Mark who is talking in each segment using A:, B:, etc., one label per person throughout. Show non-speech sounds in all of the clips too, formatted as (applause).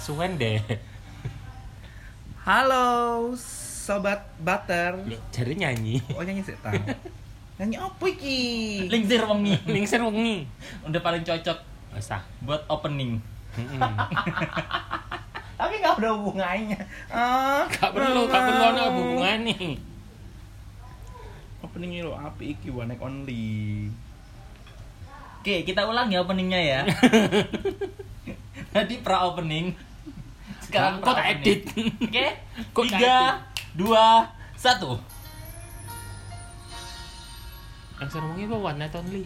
A: sungkan deh
B: Halo sobat butter.
A: Loh, jadi (laughs) nyanyi
B: Oh nyanyi sih
C: (laughs)
B: tang. nyanyi apa iki?
C: Lingzir wengi
A: ningser wengi
C: udah paling cocok
A: usah
C: buat opening.
A: Mm-mm.
B: Tapi nggak ada hubungannya. Ah,
A: gak perlu gak perlu ada hubungan nih
B: Openingnya lo apa iki one night only.
C: Oke, kita ulang ya openingnya ya. Tadi pra opening. Sekarang
A: Kok (laughs)
C: pra-opening.
A: edit?
C: Oke.
A: Kok
C: Tiga, dua, satu.
A: ningser wengi kok one night only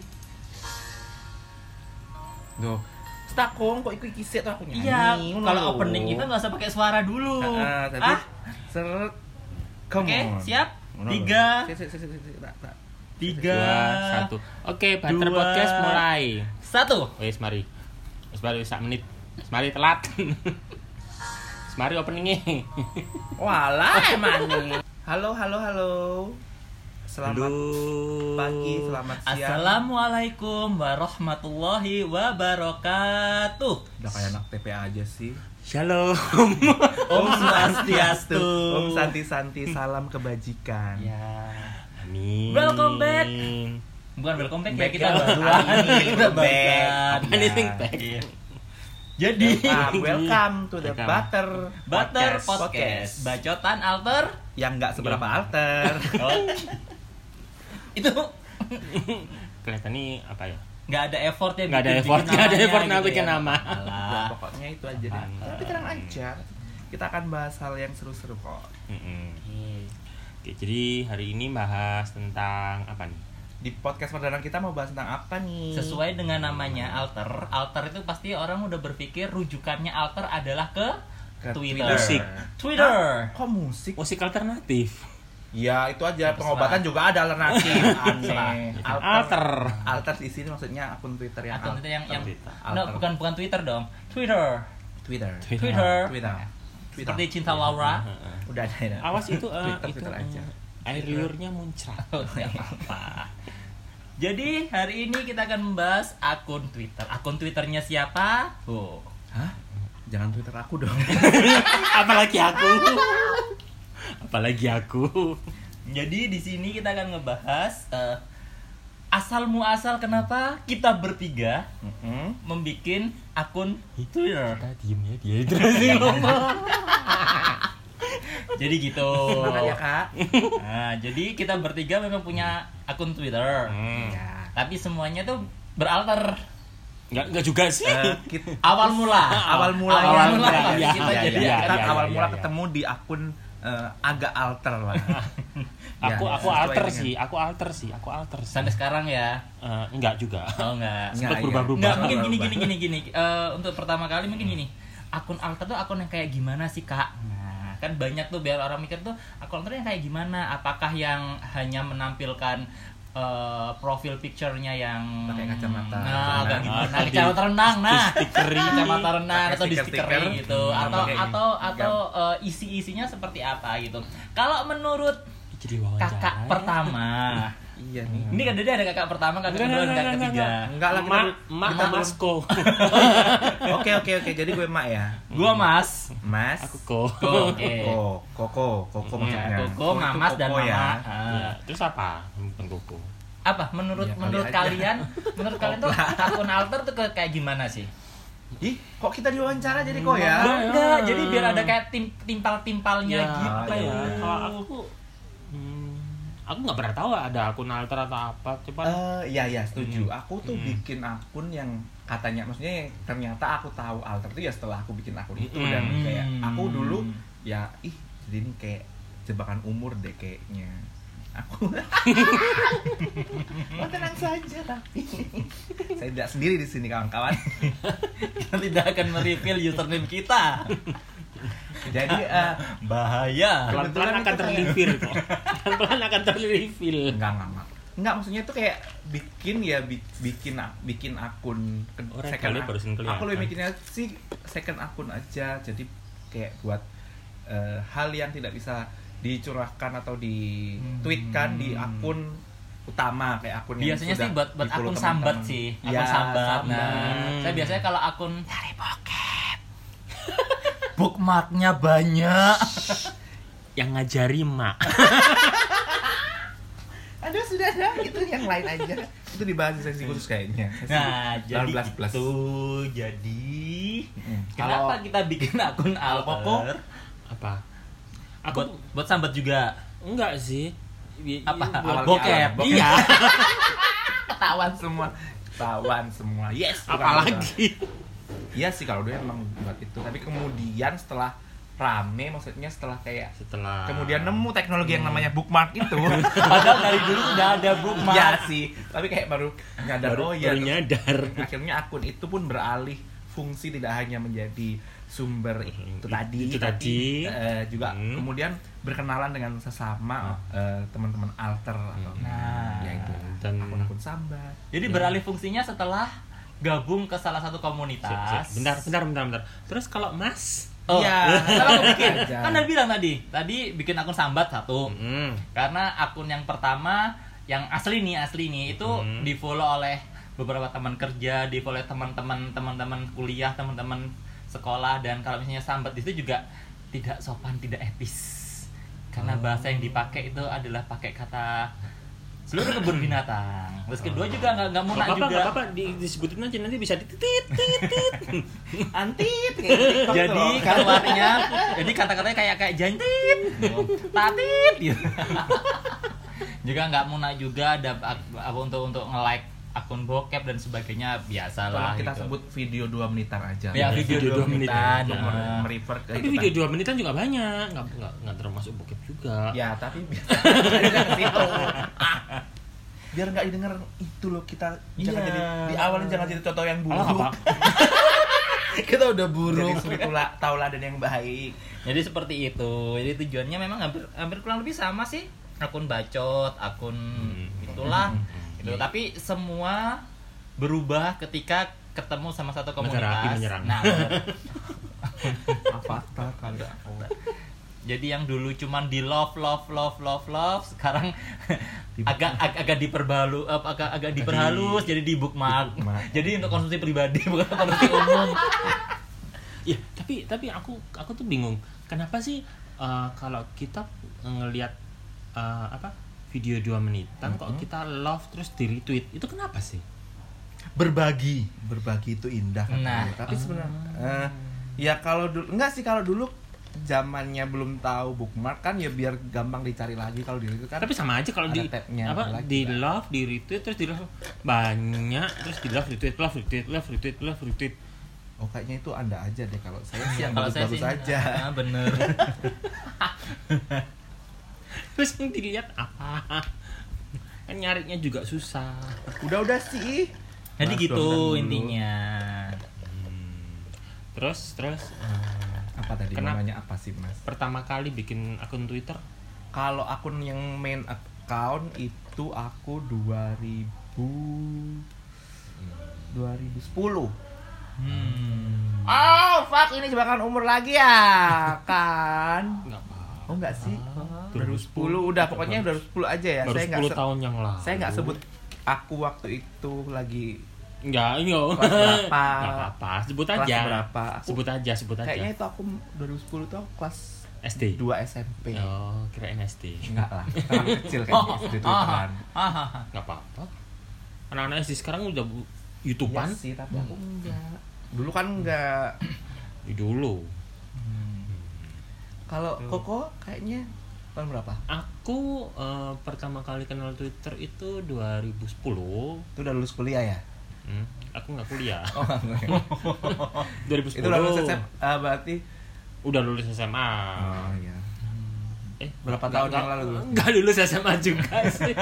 B: Duh. Stakong kok iku iki sih aku nyanyi.
C: Iya.
B: ngono
C: Kalau
B: lho.
C: opening itu nggak usah pakai suara dulu.
B: Ah, ah, tapi
C: Ah,
B: seret. Come
C: Oke,
B: on.
C: siap.
B: Ngono lho.
C: Tiga.
B: Sik, sik, sik, sik, sik, tak, tak.
C: tiga,
A: dua satu oke butter
C: Dua.
A: podcast mulai
C: satu.
A: wes mari wes baru sak menit wes mari telat (laughs) wes mari openingnya
B: Walah emang nih. Halo, halo, halo. Selamat
A: (laughs)
B: pagi, selamat siang.
C: Assalamualaikum warahmatullahi wabarakatuh.
B: Udah kayak anak TPA aja sih.
A: Shalom
C: Om Swastiastu.
B: Om Santi Santi salam kebajikan.
C: Ya.
A: Amin
C: Welcome back. Bukan welcome back ya kita
B: Back-nya
C: baruan.
B: baruan.
C: kita
B: Back.
C: baruan.
B: Apa nih,
A: Anything
B: Ya.
A: back
C: Jadi
B: Welcome, welcome to the
A: Welcome.
B: Butter
C: Butter podcast. Ya.
B: Podcast.
C: Bacotan alter.
B: Yang nggak seberapa
C: (laughs)
B: alter.
C: Oh, Itu
A: kelihatannya apa ya
C: nggak ada effort ya
A: Nggak ada
C: bikin-
A: effort,
C: bikin
A: nggak ada
C: namanya
A: effort
C: gitu
A: nggak bikin
C: ya.
A: nama.
B: Udah,
C: Alah.
B: pokoknya itu aja deh.
A: Apaan?
C: Ah.
B: Tapi tenang aja. Kita akan bahas hal yang seru-seru kok.
A: Mm-mm. Oke, jadi hari ini bahas tentang apa nih
B: Di podcast perdana kita mau bahas tentang apa nih?
C: Sesuai dengan namanya alter, alter itu pasti orang udah berpikir rujukannya alter adalah ke,
B: Ke
C: Twitter.
A: Musik.
C: Twitter.
B: Kok musik?
A: musik alternatif
B: Ya itu aja
C: Terserah.
B: pengobatan juga ada alternatif. Aneh.
A: alter
B: Alter di sini maksudnya akun Twitter yang
C: Atau
B: al-
C: Twitter yang yang
A: Twitter.
C: no,
B: Alter.
C: bukan bukan Twitter dong. Twitter.
B: Twitter.
A: Twitter.
C: Twitter.
B: Twitter. Twitter.
C: Seperti cinta Laura.
A: Heeh.
B: Udah ada ya.
A: awas
B: (laughs)
A: itu eh,
B: Twitter,
A: itu
B: Twitter
A: eh,
B: aja.
A: air liurnya muncrat
C: (laughs)
A: (laughs)
C: Oh, nggak apa-apa. Jadi hari ini kita akan membahas akun Twitter. Akun Twitternya siapa? Oh.
B: Hah? Jangan Twitter aku dong.
A: apalagi aku apalagi aku
C: Jadi di sini kita akan ngebahas eh, asal muasal kenapa kita bertiga membikin akun Twitter.
A: kita diem ya (laughs) dia terus sih
B: Iya.
A: ngomong
C: Jadi gitu.
B: Semangat ya kak.
C: Nah, jadi kita bertiga memang punya akun Twitter.
B: Ya.
C: Tapi semuanya tuh beralter.
A: nggak nggak juga sih
B: Eh, kita,
C: Awal mula.
B: awal mula ya.
C: awal mula. Gitu
B: Iya,
C: Kita
B: iya,
C: jadi
B: iya. kita
A: iya,
B: awal
A: iya,
B: mula
A: iya.
B: ketemu di akun eh, agak alter (laughs) lah.
A: aku
B: Ya,
A: aku
B: sesuai
A: alter
B: dengan-
A: sih aku alter sih aku alter sih
C: Sampai sekarang ya.
A: Eh, nggak
B: (laughs)
A: juga
C: Oh
B: Nggak,
C: enggak.
A: Sempat
B: iya.
A: berubah-berubah.
C: Enggak,
B: Berubah,
C: mungkin
B: berubah.
C: gini gini gini gini. Eh, untuk pertama kali mungkin gini. Akun alter tuh akun yang kayak gimana sih, Kak? Nah, kan banyak tuh biar orang mikir tuh akun alter yang kayak gimana? Apakah yang hanya menampilkan eh, profil picture-nya yang
B: Pakai kacamata.
C: Nah, agak
B: Renang.
C: gimana?
A: Atau di-
C: Kacamata renang. Nah,
A: di stikeri.
C: kacamata renang
B: Pakai
C: atau di
B: stiker-stiker.
C: stiker gitu
B: Hmm,
C: atau
B: pakai
C: atau atau eh, isi-isinya seperti apa gitu. Kalau menurut
A: jadi wawancara
C: kakak
A: ya.
C: pertama.
B: Iya nih.
C: Ini kan tadi ada kakak pertama,
A: Nggak,
C: kakak kedua,
A: nggak,
C: kakak
A: nggak, nggak,
C: ketiga.
A: nggak.
B: Enggak lah kita,
A: Mak,
B: belum-
A: mak
B: kita belum-
A: Masko.
B: (laughs) Oke oke oke jadi gue mak ya.
C: Gua Mas.
B: Mas.
A: Aku kok.
C: Oke.
B: Koko, Koko, Koko maksudnya.
C: Ya,
B: Koko
C: Eh. Koko,
B: itu
C: Mamas dan
B: Koko
C: Mama.
B: ya.
C: Ah.
A: Ya, terus apa? Bukan koko.
C: Apa menurut
B: Ya, kali
C: menurut
B: aja.
C: kalian menurut kalian tuh akun alter tuh kayak- kayak gimana sih?
B: Ih, kok kita diwawancara jadi kok ya?
A: Enggak,
C: Enggak,
A: ya.
C: jadi biar ada kayak tim timpal-timpalnya
A: Ya,
C: gitu. (laughs)
B: ya.
A: Kalau aku hmm, aku nggak pernah tahu ada akun alter atau apa. Cuman
B: Eh, iya ya setuju.
A: Hmm.
B: Aku tuh
A: Hmm.
B: bikin akun yang katanya maksudnya yang ternyata aku tahu alter itu ya setelah aku bikin akun itu
A: Hmm.
B: dan kayak aku dulu
C: Hmm.
B: ya ih jadi ini kayak jebakan umur deh kayaknya. Aku (laughs) Oh, tenang saja tapi saya tidak sendiri di sini kawan-kawan.
C: Kita tidak akan mereveal username kita.
B: Jadi eh,
C: Bahaya.
A: pelan-pelan
B: kebetulan
A: akan
B: itu kayak-
A: terlivir kok. pelan-pelan akan terlivir.
B: enggak enggak enggak. Enggak maksudnya itu kayak bikin ya bi- bikin a- bikin akun ke-
A: Oh, rekalnya
B: ak-
A: barusan kelihatan.
B: Aku lebih bikinnya sih second akun aja. Jadi kayak buat eh, hal yang tidak bisa dicurahkan atau ditweetkan di akun utama kayak akun yang
C: Hmm. Biasanya
B: sudah
C: sih buat buat
B: di follow
C: akun sambat
B: teman-teman.
C: sih, akun
B: ya,
C: sambat. Nah,
A: sambat.
C: saya biasanya kalau akun dari bokep bookmarknya banyak
A: yang ngajari mak
B: Ada sudah ada itu yang lain aja. Itu dibahas di sesi khusus kayaknya. Sesi
C: nah jadi
B: 18 plus.
C: gitu jadi
B: Mm.
C: kenapa
A: Kalau-
C: kita bikin (laughs) akun alter
A: apa aku
C: buat buat sambat juga
A: enggak sih I- i-
C: apa
A: buat-
B: awalnya
C: bokep
B: apa? Bokep.
C: iya
B: Ketahuan semua. Ketahuan semua. Yes.
A: apalagi
B: Iya sih kalau dia emang buat itu. Tapi kemudian setelah rame maksudnya setelah kayak
A: setelah
B: kemudian nemu teknologi yang namanya bookmark itu
C: padahal dari dulu udah ada bookmark
B: Iya sih tapi kayak baru nyadar
A: baru,
B: oh ya
A: baru (laughs) nyadar
B: akhirnya akun itu pun beralih fungsi tidak hanya menjadi sumber itu tadi
A: Itu tadi.
B: tapi, eh, juga
A: Hmm. Ah.
B: kemudian berkenalan dengan sesama eh, teman-teman alter atau
C: Nah.
B: ya itu
A: Hmm. Dan-
B: akun-akun sambat
C: Jadi beralih fungsinya setelah gabung ke salah satu komunitas.
A: Se- se- bentar bentar bentar bentar terus kalau mas
C: Oh,
B: Iya.
C: kenapa aku (laughs) bikin?
B: Aja.
C: Kan udah bilang tadi, tadi bikin akun sambat satu.
A: Mm.
C: Karena akun yang pertama yang asli nih, asli nih itu
A: Hmm.
C: di follow oleh beberapa teman kerja, di follow oleh teman-teman teman-teman kuliah, teman-teman sekolah dan kalau misalnya sambat itu juga tidak sopan, tidak etis.
A: Oh.
C: Karena bahasa yang dipakai itu adalah pakai kata seluruh kebun
A: (clears throat)
C: binatang. Terus kedua juga nggak nggak
A: Gak
C: muna
A: apa-apa,
C: juga.
A: Oh. nggak apa-apa, di- disebutin aja nanti bisa dititit, titit.
B: antit kayak di TikTok tuh
C: jadi
B: loh.
C: (laughs) keluarnya jadi kata-katanya kayak kayak jantit tatit gitu (laughs) juga nggak muna juga ada ak- apa untuk untuk nge like akun bokep dan sebagainya
B: tolong
C: biasalah
B: kita
C: gitu.
B: sebut video 2 menitan aja
C: ya video,
A: Video
C: dua
A: dua menit
C: menitan
A: aja.
C: ya.
B: Mer- merefer ke
A: Ah. Tapi
B: itu
A: video
B: tadi.
A: dua menitan juga banyak, nggak nggak nggak termasuk bokep juga.
B: ya tapi (laughs) biar jangan ke situ. biar nggak didengar itu loh kita jangan
C: Iya.
B: jadi di awalnya jangan jadi contoh yang
A: Alah,
B: buruk
A: apa?
B: (laughs) kita udah buruk jadi tula, tauladan yang baik
C: jadi seperti itu jadi tujuannya memang hampir hampir kurang lebih sama sih akun bacot akun itulah Gitu. tapi semua berubah ketika ketemu sama satu komunitas
A: Negara api menyerang.
C: nah (laughs) bener.
B: avatar kagak
C: Jadi yang dulu cuman di love love love love love sekarang (laughs) agak ag- agak diperbalu eh, agak agak diperhalus jadi di bookmark.
B: bookmark.
C: Jadi untuk konsumsi pribadi (laughs) bukan konsumsi umum.
A: (laughs) Iya, tapi tapi aku aku tuh bingung. Kenapa sih eh, kalau kita ngelihat eh, apa video dua menitan kok kita love terus di retweet itu kenapa sih?
B: berbagi berbagi itu indah katanya.
C: Nah.
B: tapi sebenarnya eh, ya kalau dulu enggak sih kalau dulu zamannya belum tahu bookmark kan ya biar gampang dicari lagi kalau di itu kan
A: Tapi sama aja kalau
B: Ada
A: di
B: tabnya
A: apa
B: lagi,
A: di
B: Pak.
A: love di retweet terus di love banyak terus di love retweet love retweet love retweet love retweet.
B: oh kayaknya itu anda aja deh kalau saya sih
C: Ya,
B: yang bagus-bagus aja
C: Ah, bener. (laughs)
A: Terus yang dilihat apa? Kan nyarinya juga susah.
B: udah udah sih
C: Jadi
B: Mas,
C: gitu
B: doakan dulu.
C: intinya. (laughs)
A: Terus terus eh,
B: apa tadi
A: Kenapa?
B: namanya apa sih mas
A: pertama kali bikin akun Twitter
B: kalau akun yang main account itu aku 2000 2010
C: Hmm.
B: Oh fuck ini jebakan umur lagi ya kan
A: nggak apa.
B: Oh enggak sih
A: 2010.
B: 2010 udah pokoknya 2010 aja ya
A: Baru
B: saya enggak
A: 10
B: se-
A: tahun yang lalu.
B: saya nggak sebut aku waktu itu lagi
A: Enggak, enggak.
B: Kelas berapa?
A: (laughs) Nggak apa-apa, sebut
B: Kelas
A: aja.
B: berapa? Aku-
A: Sebut aja, sebut aja.
B: kayaknya itu aku 2010 tuh aku kelas
A: SD.
B: 2 SMP
A: Oh, kirain SD.
B: enggak lah terlalu kecil gitu kayaknya SD itu
C: Ah, ah, ah, ah.
A: Enggak apa-apa. Anak-anak SD sekarang udah bu- YouTube-an.
B: Iya sih tapi aku enggak dulu kan enggak
A: Ya dulu.
B: Kalau Koko kayaknya tahun berapa?
A: Aku eh, pertama kali kenal Twitter itu 2010.
B: Itu udah lulus kuliah ya?
A: Hmm, aku nggak kuliah.
B: Oh, enggak.
A: 2010.
B: itu udah (laughs) lulus SMA ah, berarti.
A: Udah lulus SMA.
B: Oh iya.
A: Eh,
B: Berapa
A: nggak-
B: tahun yang
A: nggak-
B: lalu lulus?
A: Nggak lulus SMA juga sih.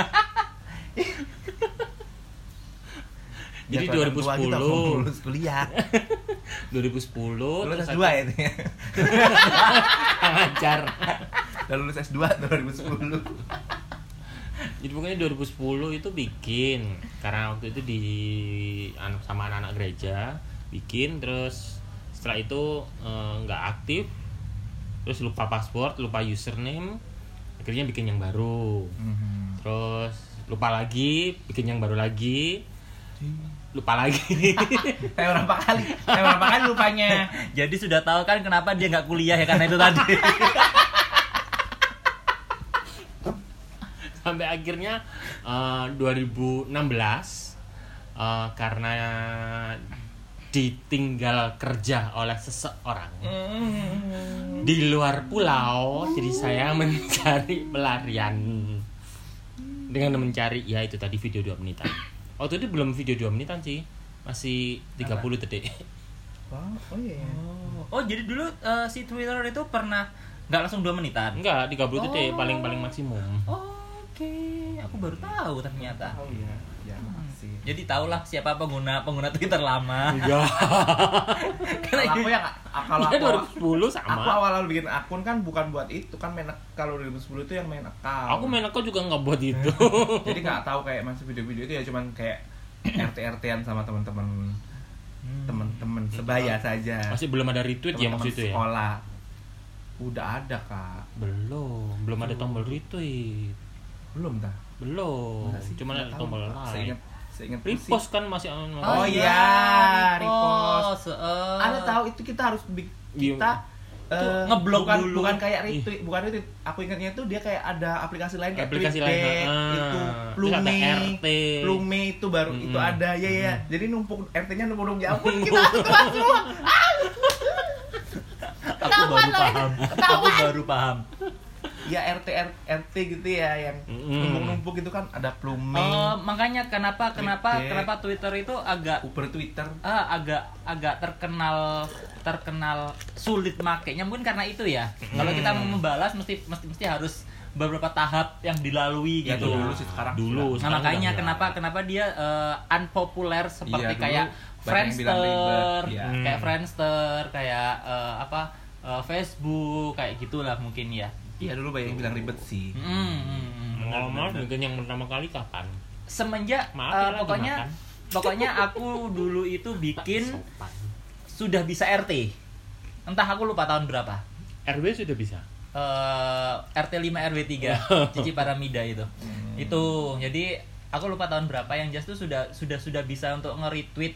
A: Jadi
B: Ya, kelihatan tua
A: 2010.
B: kita belum lulus (laughs) kuliah.
A: 2010
B: lulus
A: terus
B: S2
A: aku
B: ya itu ya.
A: ngajar.
B: Udah lulus S2 tahun 2010.
A: Jadi pokoknya 2010 itu bikin karena waktu itu di an- sama anak-anak gereja bikin terus setelah itu eh, nggak aktif terus lupa password lupa username akhirnya bikin
B: Mhm.
A: yang baru terus lupa lagi bikin yang baru lagi lupa lagi (laughs)
C: Saya berapa kali? Saya berapa kali lupanya? Jadi sudah tahu kan kenapa dia nggak kuliah ya karena itu tadi.
A: sampai akhirnya eh, 2016 eh, karena ditinggal kerja oleh seseorang di luar pulau jadi saya (laughs) mencari pelarian dengan mencari ya itu tadi video 2 menitan waktu itu belum video 2 menitan sih masih 30 detik
B: Wow, oh iya.
C: (laughs) Oh, jadi dulu eh, si Twitter itu pernah nggak langsung dua menitan.
A: enggak 30 detik
C: Oh.
A: paling paling maksimum
C: Oke, aku baru tahu ternyata.
B: Oh iya. Ya, makasih.
C: Jadi tahulah siapa pengguna pengguna Twitter lama. (laughs)
A: enggak
B: Kalau aku ya (laughs) kalau
A: Iya,
B: aku
A: 2010 sama
B: Aku awal-awal bikin akun kan bukan buat itu kan main kalau 2010 itu yang main account.
A: Aku main aku juga nggak buat
B: Eh,
A: itu.
B: Jadi nggak tahu kayak masuk video-video itu ya cuman kayak RT-RT-an sama teman-teman teman-teman sebaya saja.
A: Hmm. Masih belum ada retweet ya
B: Teman-teman
A: maksud itu ya?
B: Sekolah. Udah ada, Kak.
A: Belum, belum ada tombol retweet.
B: Belum dah.
A: Belum. Oh, Cuman ada tombol like.
B: Seingat seingat
A: Repost kan masih
B: Oh, iya.
C: repost. Eh,
B: Ada tahu itu kita harus bik-
A: Iya.
B: kita
C: Itu
B: eh,
C: ngeblok
B: bukan,
C: dulu.
B: bukan kayak retweet bukan retweet aku ingatnya itu dia kayak ada aplikasi lain kayak
A: Aplikasi lain,
B: Tweetdeck,
A: ah.
B: itu
A: Terus
B: Plume
A: ada Hmm. RT.
B: Plume itu baru itu
A: Mm-mm.
B: ada ya ya jadi numpuk RT-nya numpuk numpuk ya
A: (laughs)
B: ampun kita keluar semua
C: aku baru (laughs) paham. Aku baru paham.
B: ya RT R- RT gitu ya yang
A: Mm-mm.
B: numpuk numpuk itu kan ada Plume
C: Eh, makanya kenapa kenapa
B: Tweetdeck.
C: kenapa Twitter itu agak
B: Uber Twitter
C: Ah, agak agak terkenal terkenal sulit makainya mungkin karena itu ya. Kalau kita mau membalas mesti mesti mesti harus beberapa tahap yang dilalui
B: Ya,
C: gitu.
B: itu dulu sih, sekarang
A: Dulu.
B: sudah.
C: Nah,
A: sekarang
C: makanya
A: udah
C: kenapa kenapa dia eh, unpopular seperti
B: Iya, dulu
C: kayak
B: banyak yang bilang
C: Friendster,
B: ribet, iya.
C: kayak
A: Hmm.
C: Friendster, kayak eh, apa eh, Facebook kayak gitulah mungkin ya.
B: iya dulu banyak yang bilang ribet sih
C: Hmm, hmm, hmm.
A: nggak. Ngomong mungkin yang pertama kali kapan?
C: Semenjak
A: Maaf
C: eh,
A: ya, lagi
C: pokoknya
A: makan.
C: pokoknya aku dulu itu bikin
A: Sopan.
C: sudah bisa RT. Entah aku lupa tahun berapa.
A: RW sudah bisa.
C: Eh, RT 5 RW 3 Cici Paramida itu. Itu. Jadi aku lupa tahun berapa yang just itu sudah sudah sudah bisa untuk nge-retweet.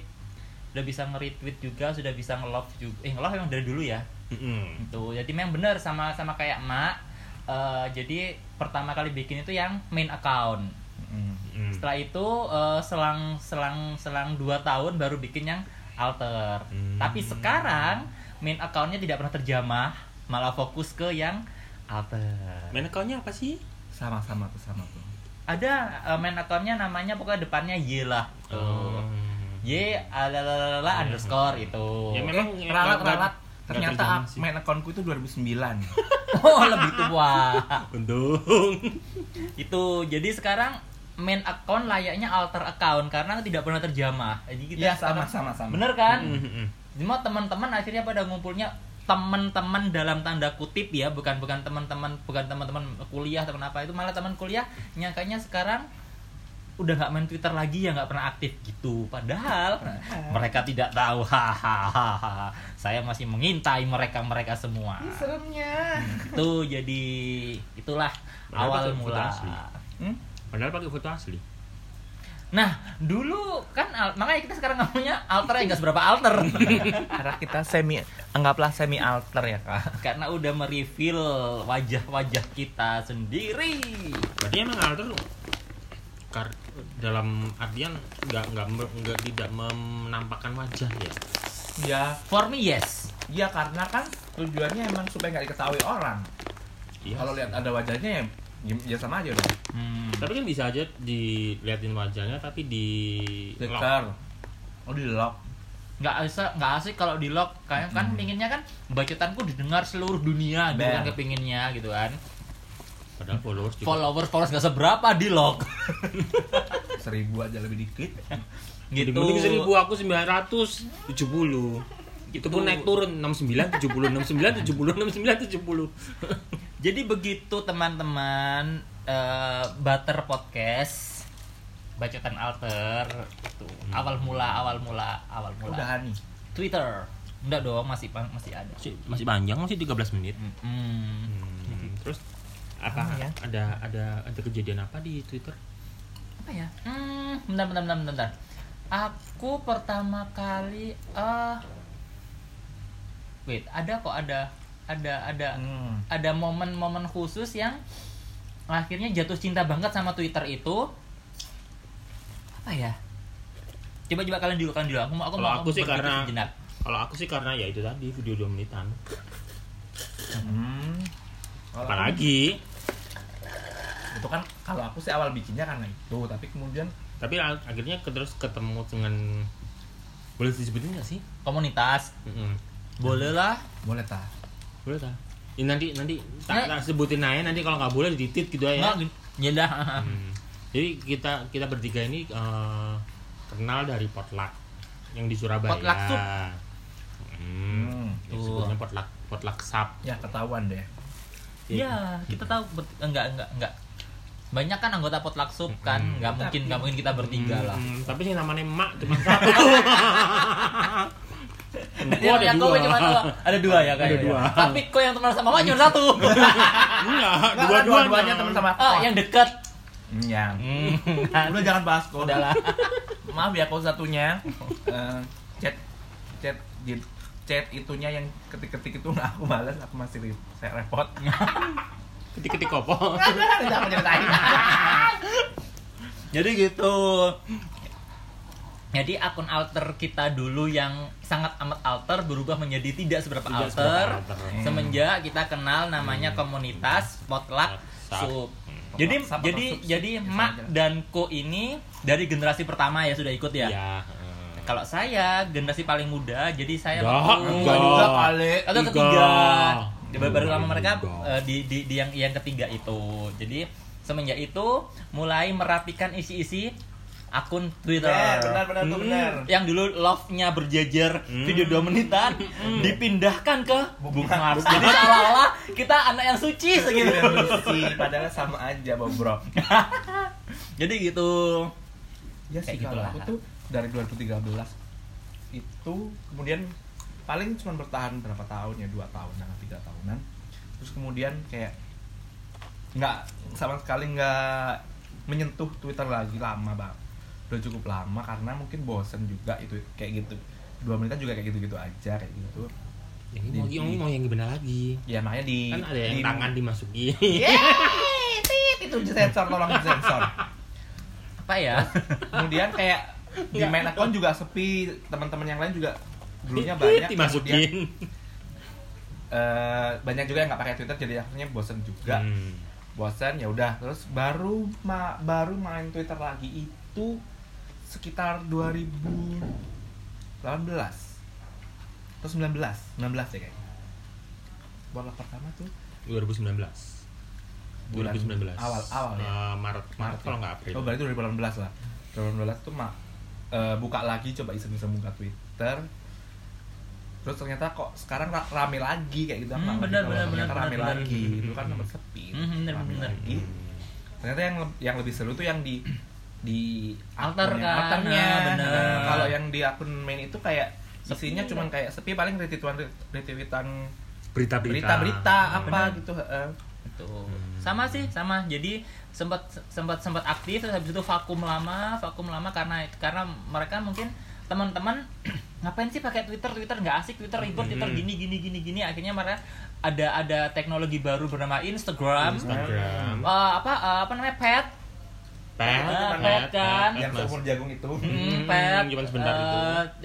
C: Sudah bisa nge-retweet juga, sudah bisa nge-love juga. Eh, nge-love emang dari dulu ya.
A: Mm-mm.
C: Tuh, jadi memang benar sama sama kayak Mak. Eh, jadi pertama kali bikin itu yang main account.
B: Mm.
A: Mm.
C: Setelah itu eh, selang selang selang 2 tahun baru bikin yang alter.
A: Hmm.
C: Tapi sekarang main accountnya tidak pernah terjamah, malah fokus ke yang alter.
A: Main account-nya apa sih?
B: sama-sama tuh sama tuh
C: Ada eh, main accountnya namanya pokoknya depannya Y lah.
A: Oh.
B: Oh.
C: Tuh. Y alalala underscore gitu. itu.
A: Ya memang
B: Eh,
A: nggak-
B: ralat
A: nggak-
B: ralat
A: nggak
B: ternyata
A: terjamah
B: ak-
A: sih.
B: main akunku itu (laughs) 2009
C: (laughs) oh lebih tua.
A: Untung.
C: itu jadi sekarang main account layaknya alter account karena tidak pernah terjamah. Jadi kita
B: Iya
C: sekarang-
B: sama sama sama.
C: Bener kan?
A: Mm-mm.
C: Cuma teman-teman akhirnya pada ngumpulnya teman-teman dalam tanda kutip ya, bukan bukan teman-teman, bukan teman-teman kuliah, teman apa itu malah teman kuliah nyangkanya sekarang udah nggak main Twitter lagi ya nggak pernah aktif gitu. Padahal mereka tidak tahu. Hahaha. Saya masih mengintai mereka-mereka
B: Ah.
C: semua.
B: Seremnya.
C: Itu jadi itulah
A: Padahal
C: awal
A: pakai foto
C: mula.
A: asli.
B: Hmm?
A: Padahal pakai foto asli.
C: Nah, dulu kan al- makanya kita sekarang ngomongnya alter ya nggak seberapa alter.
B: (laughs) Karena kita semi anggaplah semi alter ya kak.
C: karena udah mereveal wajah-wajah kita sendiri.
A: Berarti emang alter kar dalam artian nggak nggak nggak tidak menampakkan wajah ya.
B: Ya,
C: For me yes.
B: ya karena kan tujuannya emang supaya nggak diketahui orang.
A: Iya
B: Kalau
A: sih.
B: lihat ada wajahnya ya, ya sama aja udah.
A: tapi kan bisa aja diliatin wajahnya tapi di
B: Filter. Oh di lock.
C: nggak asik nggak asik kalau di lock kayak kan pinginnya kan bacotanku didengar seluruh dunia gitu kan
B: Benar.
C: kepinginnya gitu kan
A: padahal followers juga
C: followers followers nggak seberapa di lock
B: Seribu aja lebih (laughs) dikit.
A: gitu.
C: gitu
A: Mending seribu aku 970 Itu pun naik turun 69, 70, 69, 70, 69, 70
C: jadi begitu teman-teman eh, butter podcast bacotan alter tuh awal mula awal mula awal mula
B: Udahan nih.
C: Twitter enggak dong masih pan- masih ada
A: masih, masih panjang, masih 13 menit
C: Hmm.
A: Hmm, Terus apa
C: Ah, ya.
A: ada ada ada kejadian apa di Twitter?
C: apa ya? Hmm, bentar, bentar, bentar, bentar. Aku pertama kali eh wait, ada kok ada ada ada
B: Hmm.
C: ada momen-momen khusus yang akhirnya jatuh cinta banget sama Twitter itu. Apa ya? Coba coba kalian dulu kalian dulu. Aku mau aku
A: Kalau
C: mau
A: aku sih
C: berpikir
A: karena-
C: sejenak.
A: Kalau aku sih karena ya itu tadi video 2 menitan.
B: Hmm. Kalau aku-
A: Apalagi
B: itu kan kalau aku sih awal bikinnya karena itu, tapi kemudian
A: tapi al- akhirnya ke- terus ketemu dengan boleh disebutin nggak sih?
C: Komunitas.
A: Mm-mm.
C: Boleh lah.
B: boleh tak?
A: Boleh tak? Ya, nanti nanti
C: Eh.
A: tak, tak sebutin aja nanti kalau nggak boleh ditit gitu
C: Nggak,
A: aja.
C: gini. Ya udah.
A: Hmm. Jadi kita kita bertiga ini eh, kenal dari potluck yang di Surabaya.
C: Potluck sup.
A: Hmm.
B: Hmm.
A: Ya, sebutnya potluck potluck sap.
B: Ya ketahuan deh.
C: Iya, kita tahu ber- enggak enggak enggak. Banyak kan anggota potluck sub kan,
A: Mm-mm.
C: enggak mungkin enggak mungkin kita bertiga lah.
A: Hmm, tapi sih namanya emak
C: (laughs)
A: cuma satu. Gua ada
C: Yang
A: dua.
C: cowok cuma
A: (laughs)
C: dua. Ada dua ya kayaknya.
A: dua.
C: Tapi kok yang teman sama Mama cuma (laughs) satu.
A: Enggak,
B: Dua
A: Ah, dua-duanya
B: duanya teman sama aku.
C: Oh, yang dekat.
B: Hmm, yang.
C: Hmm.
B: Udah jangan bahas kok.
C: Udah lah.
B: (laughs) Maaf ya kau satunya. Eh, chat chat di chat itunya yang ketik-ketik itu nggak aku balas, aku masih re- saya repot.
A: Ketik-ketik
C: (laughs)
A: apa?
B: Tidak aku ceritain.
C: Jadi gitu. Jadi akun alter kita dulu yang sangat amat alter berubah menjadi tidak seberapa
A: Tidak
C: alter, Hmm.
A: seberapa alter.
C: semenjak kita kenal namanya komunitas potluck
A: Sub.
C: sub.
A: Hmm.
C: Jadi
B: Potluck sub atau
C: jadi
B: sub sih?
C: jadi
B: Ya, sama aja
C: Mak
B: lah.
C: dan Ko ini dari generasi pertama ya sudah ikut ya.
A: Iya. heeh.
C: Kalau saya generasi paling muda, jadi saya
A: Enggak,
C: waktu-
A: enggak.
B: Dua kali.
C: atau
A: Tiga.
C: ketiga Dia baru- baru
A: Tiga.
C: sama mereka eh, di, di di yang yang ketiga itu jadi semenjak itu mulai merapikan isi-isi akun Twitter
B: Benar, Iya, benar, benar, itu benar.
C: yang dulu love-nya berjajar
A: Hmm.
C: video 2 menitan dipindahkan ke Book Mars. Jadi seolah-olah kita anak yang suci segitu.
A: Iya.
B: Tidak misi, Iya, padahal sama aja bobrok.
C: Jadi gitu.
B: Ya sih kalau
C: Kayak gitulah.
B: aku tuh dari 2013 itu kemudian paling cuma bertahan berapa tahun ya dua tahun atau tiga tahunan terus kemudian kayak nggak sama sekali nggak menyentuh Twitter lagi lama bang udah cukup lama karena mungkin bosen juga itu kayak gitu dua menitan juga kayak gitu gitu aja kayak gitu
A: Yang mau, yang mau yang gimana lagi?
B: ya makanya di
A: Kan ada yang
B: di- Iya,
A: tangan dimasuki. (laughs)
B: Yeay, tit, itu sensor tolong sensor
C: Apa ya?
B: kemudian kayak di
A: Nggak.
B: main account juga sepi teman-teman yang lain
A: (laughs)
B: juga dulunya
A: Tit,
B: banyak kemudian,
A: dimasukin.
B: eh, banyak juga yang nggak pakai Twitter jadi akhirnya bosen juga
A: Hmm.
B: bosen ya udah terus baru ma- baru main Twitter lagi itu sekitar 2018 atau 19 19 ya kayaknya bola pertama tuh
A: 2019.
B: Bulan
A: 2019.
B: awal- awal ya?
A: Eh, Maret, Maret kalau nggak April.
B: Oh, berarti 2018 lah. 2018 tuh mak eh, buka lagi coba iseng-iseng buka Twitter. Terus ternyata kok sekarang ra- rame lagi kayak gitu. Aku
C: Hmm,
B: nggak
C: benar,
B: ngerti
C: benar,
B: kalau ternyata
C: benar,
B: rame
C: benar.
B: lagi.
A: Hmm.
B: Dulu kan nomor sepi.
C: Hmm, benar,
B: rame
C: benar.
B: lagi. Ternyata yang leb- yang lebih seru tuh yang di di
C: Alter
B: akunnya,
C: kan,
B: alternya.
C: nah, benar.
B: Kalau yang di akun main itu kayak
C: Sepi.
B: isinya cuman kayak sepi paling retweetan retweetan
A: Berita-berita.
B: berita-berita apa
C: Benar.
B: gitu, heeh.
C: Gitu.
A: Hmm.
C: Sama sih, sama. Jadi sempat sempat sempat aktif terus habis itu vakum lama, vakum lama karena karena mereka mungkin teman-teman (clears throat) ngapain sih pakai Twitter? Twitter nggak asik, Twitter ribet, Twitter
A: Hmm.
C: gini gini gini gini. Akhirnya mereka ada ada teknologi baru bernama Instagram.
A: Instagram.
C: Eh, apa eh, apa namanya pet
A: Pet,
C: Ah,
A: pet,
C: pet kan.
A: pet,
B: yang
A: Mas.
B: seumur jagung itu.
A: Hmm,
C: pet
A: cuman sebentar
C: eh,
A: itu.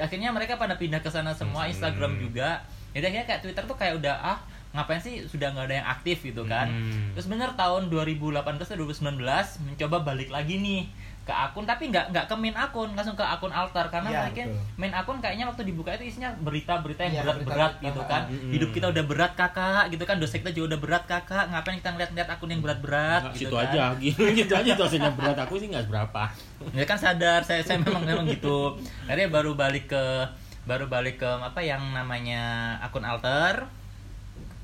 C: akhirnya mereka pada pindah ke sana
A: Hmm.
C: semua Instagram juga jadi akhirnya kayak Twitter tuh kayak udah ah ngapain sih sudah nggak ada yang aktif gitu kan
A: Hmm.
C: terus bener tahun 2018 atau 2019 mencoba balik lagi nih ke akun tapi nggak nggak ke main akun langsung ke akun altar karena
B: Iya,
C: mungkin
B: betul.
C: main akun kayaknya waktu dibuka itu isinya berita-berita yang
B: Iya,
C: berat-berat
B: berita-berita,
C: gitu kan
A: ah.
C: hidup kita udah berat kakak gitu kan dosa kita juga udah berat kakak ngapain kita ngeliat-ngeliat akun yang berat-berat
A: Nggak,
C: gitu
A: situ
C: kan.
A: aja, gitu, gitu aja dosennya berat aku sih nggak seberapa.
C: ya kan sadar saya saya memang memang gitu akhirnya baru balik ke baru balik ke apa yang namanya akun alter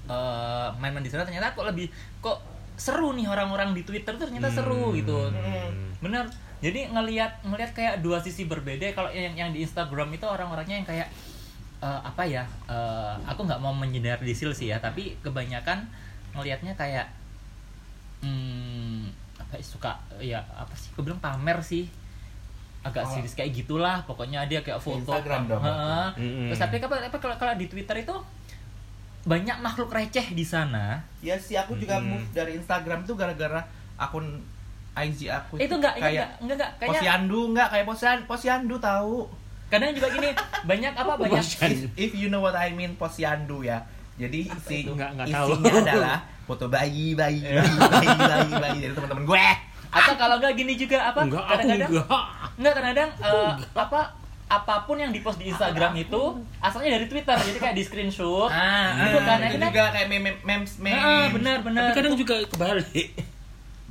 C: Eh, main-main di sana ternyata kok lebih kok seru nih orang-orang di Twitter tuh ternyata seru
A: Hmm.
C: gitu
A: Hmm.
C: bener jadi ngelihat ngelihat kayak dua sisi berbeda kalau yang yang di Instagram itu orang-orangnya yang kayak eh, apa ya eh, aku nggak mau disil sih ya tapi kebanyakan ngelihatnya kayak hmm, apa ya, suka ya apa sih aku bilang pamer sih agak
B: Oh.
C: serius kayak gitulah pokoknya dia kayak foto
B: Instagram dong.
C: Heeh.
A: Mm-mm.
C: terus tapi apa- apa- kalau kalau di Twitter itu banyak makhluk receh di sana
B: ya sih aku juga
A: Mm-mm.
B: move dari Instagram itu gara-gara akun IG aku
C: itu enggak
B: kayak
C: enggak enggak enggak kayak
B: posyandu enggak kayak posyan posyandu tahu
C: kadang juga gini banyak
B: (laughs)
C: apa banyak
A: Posyandu.
B: if you know what I mean posyandu ya jadi isi,
A: itu? Nggak- nggak tahu.
B: isinya adalah foto bayi
A: (laughs)
B: bayi bayi bayi bayi, bayi dari teman-teman gue
C: atau kalau enggak gini juga apa
A: Enggak, aku
C: kadang-kadang-
A: enggak.
C: Enggak kadang-kadang eh, apa apapun yang dipost di Instagram itu asalnya dari Twitter jadi kayak di screenshot itu kan
B: Nah, Ah,
C: Ah,
B: itu
C: akhirnya
B: juga kayak meme meme meme
C: Heeh, benar benar
A: Tapi kadang juga kebalik.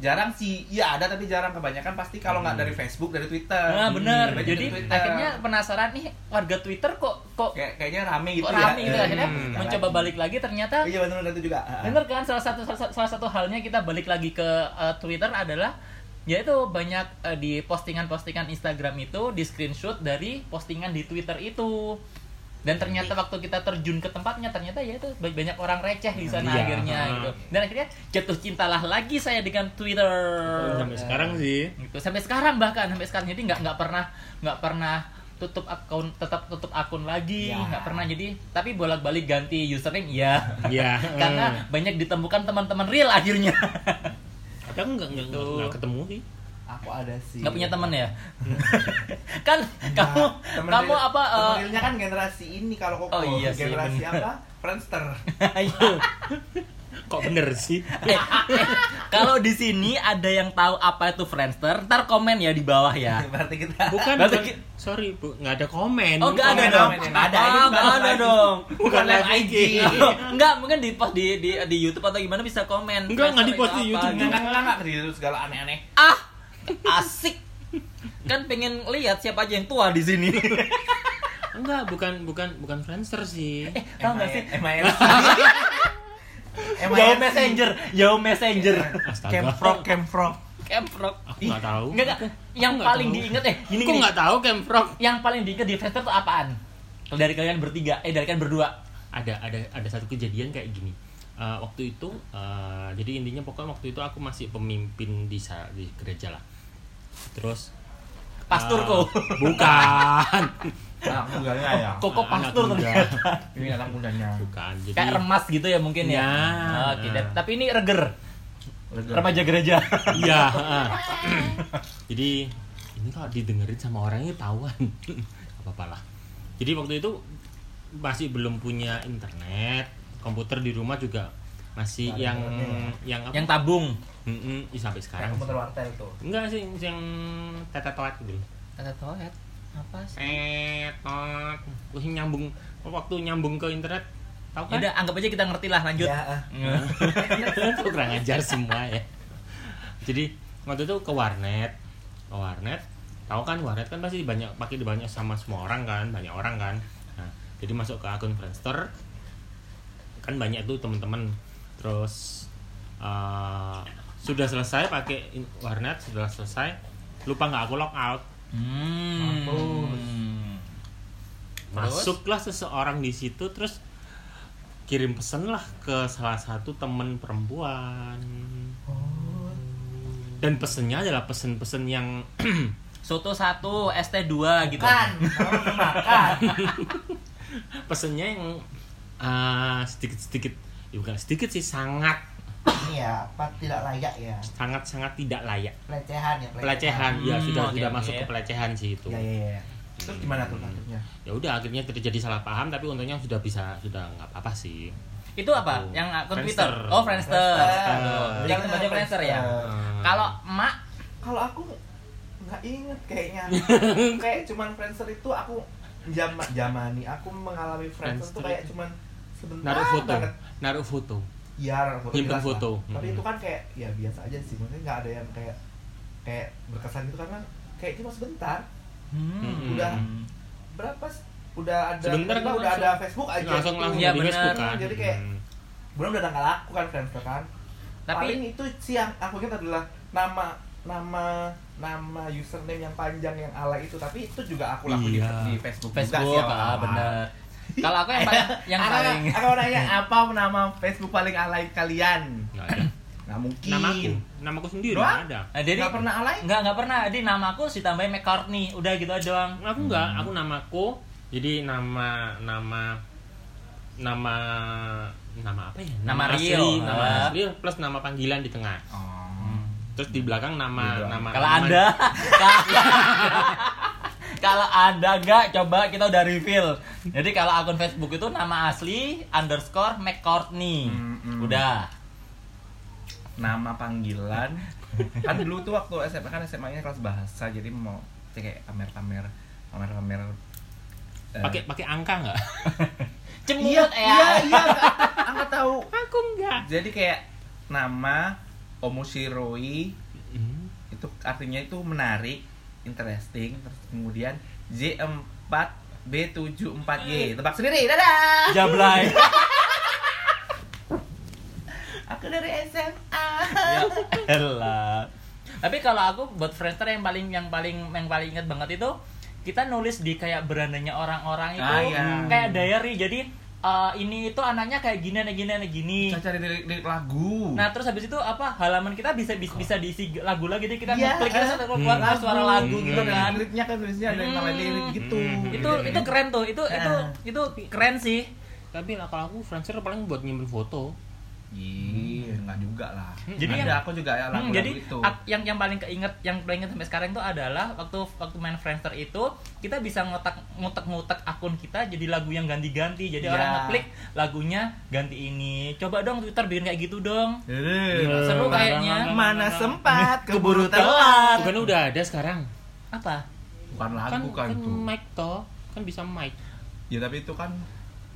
B: jarang sih ya ada tapi jarang kebanyakan pasti kalau
A: Hmm.
B: nggak dari Facebook dari Twitter
C: nah benar
B: Kebanyakan
C: jadi
B: Hmm, Twitter.
C: akhirnya penasaran nih warga Twitter kok kok
B: Kayak- kayaknya rame gitu
C: kok rame gitu
B: Eh,
C: akhirnya
B: hmm.
C: mencoba balik lagi ternyata
B: iya benar benar itu juga Ah, ah.
C: Bener kan salah satu salah, satu- salah satu halnya kita balik lagi ke eh, Twitter adalah yaitu banyak eh, di postingan-postingan Instagram itu di screenshot dari postingan di Twitter itu. Dan ternyata waktu kita terjun ke tempatnya ternyata ya itu ba- banyak orang receh di sana
A: Iya.
C: akhirnya gitu. Dan akhirnya jatuh cintalah lagi saya dengan Twitter.
A: Sampai sekarang sih.
C: Gitu. Sampai sekarang bahkan sampai sekarang jadi nggak nggak pernah nggak pernah tutup akun tetap tutup akun lagi
B: Ya.
C: nggak pernah jadi tapi bolak-balik ganti username ya
A: Iya.
C: (laughs) karena banyak ditemukan teman-teman real akhirnya
A: Tapi aku enggak enggak, enggak,
C: Gitu.
A: enggak ketemu sih.
B: aku ada
A: Iya.
B: sih Nah,
C: nggak punya teman ya kan kamu
B: Temen
C: kamu
B: real-
C: apa
B: temen
C: (laughs) eh,
B: realnya kan generasi ini kalau kok
C: Oh iya sih,
B: generasi
C: bener.
B: apa Friendster
A: Kok bener
C: (laughs)
A: sih?
C: eh, eh, kalau di sini ada yang tahu apa itu Friendster ntar komen ya di bawah
A: (laughs)
C: ya
B: (laughs) berarti kita
A: Bukan,
C: Berarti
A: bukan.
C: ki-
A: sorry, Bu. Enggak ada komen.
C: oh nggak ada
B: Komen,
C: dong
B: komen, ada, ini
C: Ah, nggak
B: baru
C: ada
B: lagi.
C: dong
B: (laughs)
A: Bukan live IG.
C: nggak mungkin di post di, di di YouTube atau gimana bisa komen
A: Nggak, nggak di
C: Friendster
A: post
C: itu
A: di
C: apa,
A: YouTube.
C: gitu.
B: nggak nggak nggak gitu segala aneh-aneh
C: ah asik kan pengen lihat siapa aja yang tua di sini (laughs)
A: Enggak, bukan bukan bukan Friendster sih.
C: eh tahu nggak sih (laughs)
B: MIR
C: Yahoo Messenger, Yahoo Messenger.
A: Astaga.
B: Camfrog Camfrog
C: Kemprok.
A: Aku nggak tahu.
C: Enggak, enggak. Yang
A: nggak
C: paling
A: tahu.
C: diingat eh gini
A: Kok
C: gini.
A: enggak tahu Camfrog?
C: Yang paling diingat di Friendster tuh apaan? Kalau dari kalian bertiga, eh dari kalian berdua.
A: ada ada ada satu kejadian kayak gini Eh, waktu itu eh, jadi intinya pokoknya waktu itu aku masih pemimpin di sa- di gereja lah terus eh,
C: Pasturku. (laughs)
A: bukan Eh,
B: anak mudanya ya
C: Koko
A: Anak
C: Oh, pastur
A: muda.
C: ternyata.
B: ini anak mudanya
A: bukan jadi
C: Kayak remas gitu ya mungkin ya.
A: Ya.
C: Oke, dan- tapi ini reger. Remaja gereja.
A: iya heeh. jadi ini kalau didengerin sama orangnya tahuan apa apalah jadi waktu itu masih belum punya internet komputer di rumah juga masih
B: Nggak ada
A: yang
B: internetnya
A: yang apa
C: yang tabung.
A: Mm-mm, ih, sampai
B: kayak
A: sekarang
B: komputer wartel tuh
A: Enggak sih, yang tata toat gitu.
C: Kata toet. Apa sih?
A: Eh, toat. Terus nyambung waktu nyambung ke internet. Tahu kan?
C: Udah, anggap aja kita ngerti lah lanjut. Hmm.
B: Ya, ah.
A: (laughs) Lu kurang ajar semua ya. Jadi waktu itu ke warnet, ke warnet. Tahu kan warnet kan pasti banyak pakai banyak sama semua orang kan, banyak orang kan. Nah, jadi masuk ke akun Friendster kan banyak tuh teman-teman. Terus eh, sudah selesai pakai in- warnet, sudah selesai. Lupa nggak aku lock out.
C: Hmm.
B: Mampus.
A: masuklah seseorang di situ terus kirim pesan lah ke salah satu temen perempuan dan pesennya adalah pesen-pesen yang (clears throat)
C: Soto satu, ST dua gitu.
B: kan orang makan
A: pesennya yang ah, sedikit-sedikit ya bukan sedikit sih sangat
B: ini ya apa tidak layak ya
A: sangat sangat tidak layak
B: pelecehan ya
A: pelecehan ya
C: Hmm,
A: sudah
C: oke,
A: sudah
C: oke.
A: masuk ke pelecehan sih itu
B: ya ya ya terus gimana tuh kasusnya
A: ya udah akhirnya terjadi salah paham tapi untungnya sudah bisa sudah nggak apa-apa sih
C: Itu apa?
A: Aku.
C: Yang akun
A: Friendster.
C: Twitter. Oh, Friendster.
A: eh, Friendster.
C: Jadi kita baca Friendster ya.
A: Eh,
C: Kalau emak
B: kalau aku nggak inget
A: (laughs)
B: kayaknya kayak cuman Friendster itu aku zaman zamani aku mengalami Friendster itu
A: Friendster
B: kayak
A: itu.
B: cuman sebentar
A: naruh foto
B: banget
A: naruh foto
B: iya naruh foto,
A: Nyimpen
B: jelas lah.
A: foto.
B: tapi
A: Mm-mm.
B: itu kan kayak ya biasa aja sih maksudnya nggak ada yang kayak kayak berkesan gitu karena kayak cuma sebentar
A: Hmm.
B: Udah. berapa s- udah ada
A: Sebentar kan
B: tiba-tiba udah ada
A: langsung-
B: Facebook aja
A: langsung langsung
C: Iya,
A: di
C: benar.
A: Facebook kan
B: Jadi kayak-
A: Hmm.
B: belum udah nggak laku kan Friendster kan
C: Tapi-
B: paling itu sih yang aku ingat adalah nama nama nama username yang panjang yang ala itu tapi itu juga aku
A: Iya.
B: lakuin di, di Facebook,
C: Facebook, ah, benar. Kalau (laughs)
B: Eh,
C: aku yang paling yang
B: yang
C: paling
B: aku mau nanya apa nama Facebook paling alay kalian
A: Nggak ada.
B: nggak mungkin
A: Namaku, namaku sendiri
B: Doang?
A: nggak ada.
C: Nah, jadi
B: Nggak pernah alay?
C: Nggak, nggak pernah. Jadi nama aku ditambahin McCartney. Udah gitu aja doang.
A: Aku nggak, aku namaku. Jadi nama nama nama nama apa ya?
C: Nama
A: asli,
C: real.
A: nama
C: Ah.
A: asli plus nama panggilan di tengah.
B: oh.
A: Terus di belakang nama
B: Iya.
A: nama
C: Kalau
A: nama-
C: ada, (laughs) kalau ada nggak, coba kita udah reveal. Jadi kalau akun Facebook itu nama asli underscore McCartney.
B: Hmm, hmm.
C: Udah.
B: nama (laughs) panggilan kan dulu tuh waktu SMA kan SMA nya kelas bahasa jadi mau kayak pamer-pamer pamer-pamer eh,
A: pakai pakai angka
B: (laughs)
A: nggak?
C: Cemut
B: iya iya
C: ya.
B: iya nggak tahu
A: aku nggak.
B: jadi kayak nama Omoshiroi
A: Hmm.
B: itu artinya itu menarik interesting terus kemudian J4
C: Hmm.
B: B74Y tebak sendiri
C: iya.
B: dadah
C: Jablay.
B: aku dari SMA
C: ya elah. tapi kalau aku buat Friendster yang paling yang paling yang paling inget banget itu kita nulis di kayak berandanya orang-orang itu
B: Ah, iya.
C: kayak diary jadi eh, ini itu anaknya kayak gini anak gini anak gini
B: Bisa cari lirik-lirik lagu
C: nah terus habis itu apa halaman kita bisa bisa, bisa diisi lagu lagi dagi kita
B: Iya,
C: ngeklik kita
B: eh,
C: sampai keluar
A: lagu.
C: suara lagu gitu
A: Hmm.
C: kan
B: liriknya kan tulisnya ada yang namanya lirik gitu
A: Hmm.
C: itu itu keren tuh itu itu
B: Ah.
C: itu keren sih
A: Tapi lah, kalau aku Friendster paling buat nyimpen foto.
B: Ih, enggak juga lah.
C: Hmm, Jadi
B: ada
C: yang-
B: aku juga ya lagu
C: Hmm, jadi
B: itu.
C: ak- yang yang paling keinget yang paling inget sampai sekarang itu adalah waktu waktu main Friendster itu kita bisa ngotak ngotak ngotak akun kita jadi lagu yang ganti-ganti
B: Ya.
C: jadi orang ngeklik lagunya ganti ini coba dong Twitter bikin kayak gitu dong
B: Jadi,
A: Mana-
C: seru kan? kayaknya.
B: Eh, mana sempat keburu
C: telat.
B: telat.
A: Bukan nah, udah ada sekarang.
C: apa
B: Bukan
A: kan
B: lagu kan
A: kan
B: itu.
A: mic toh. Kan bisa mic.
B: Ya tapi itu kan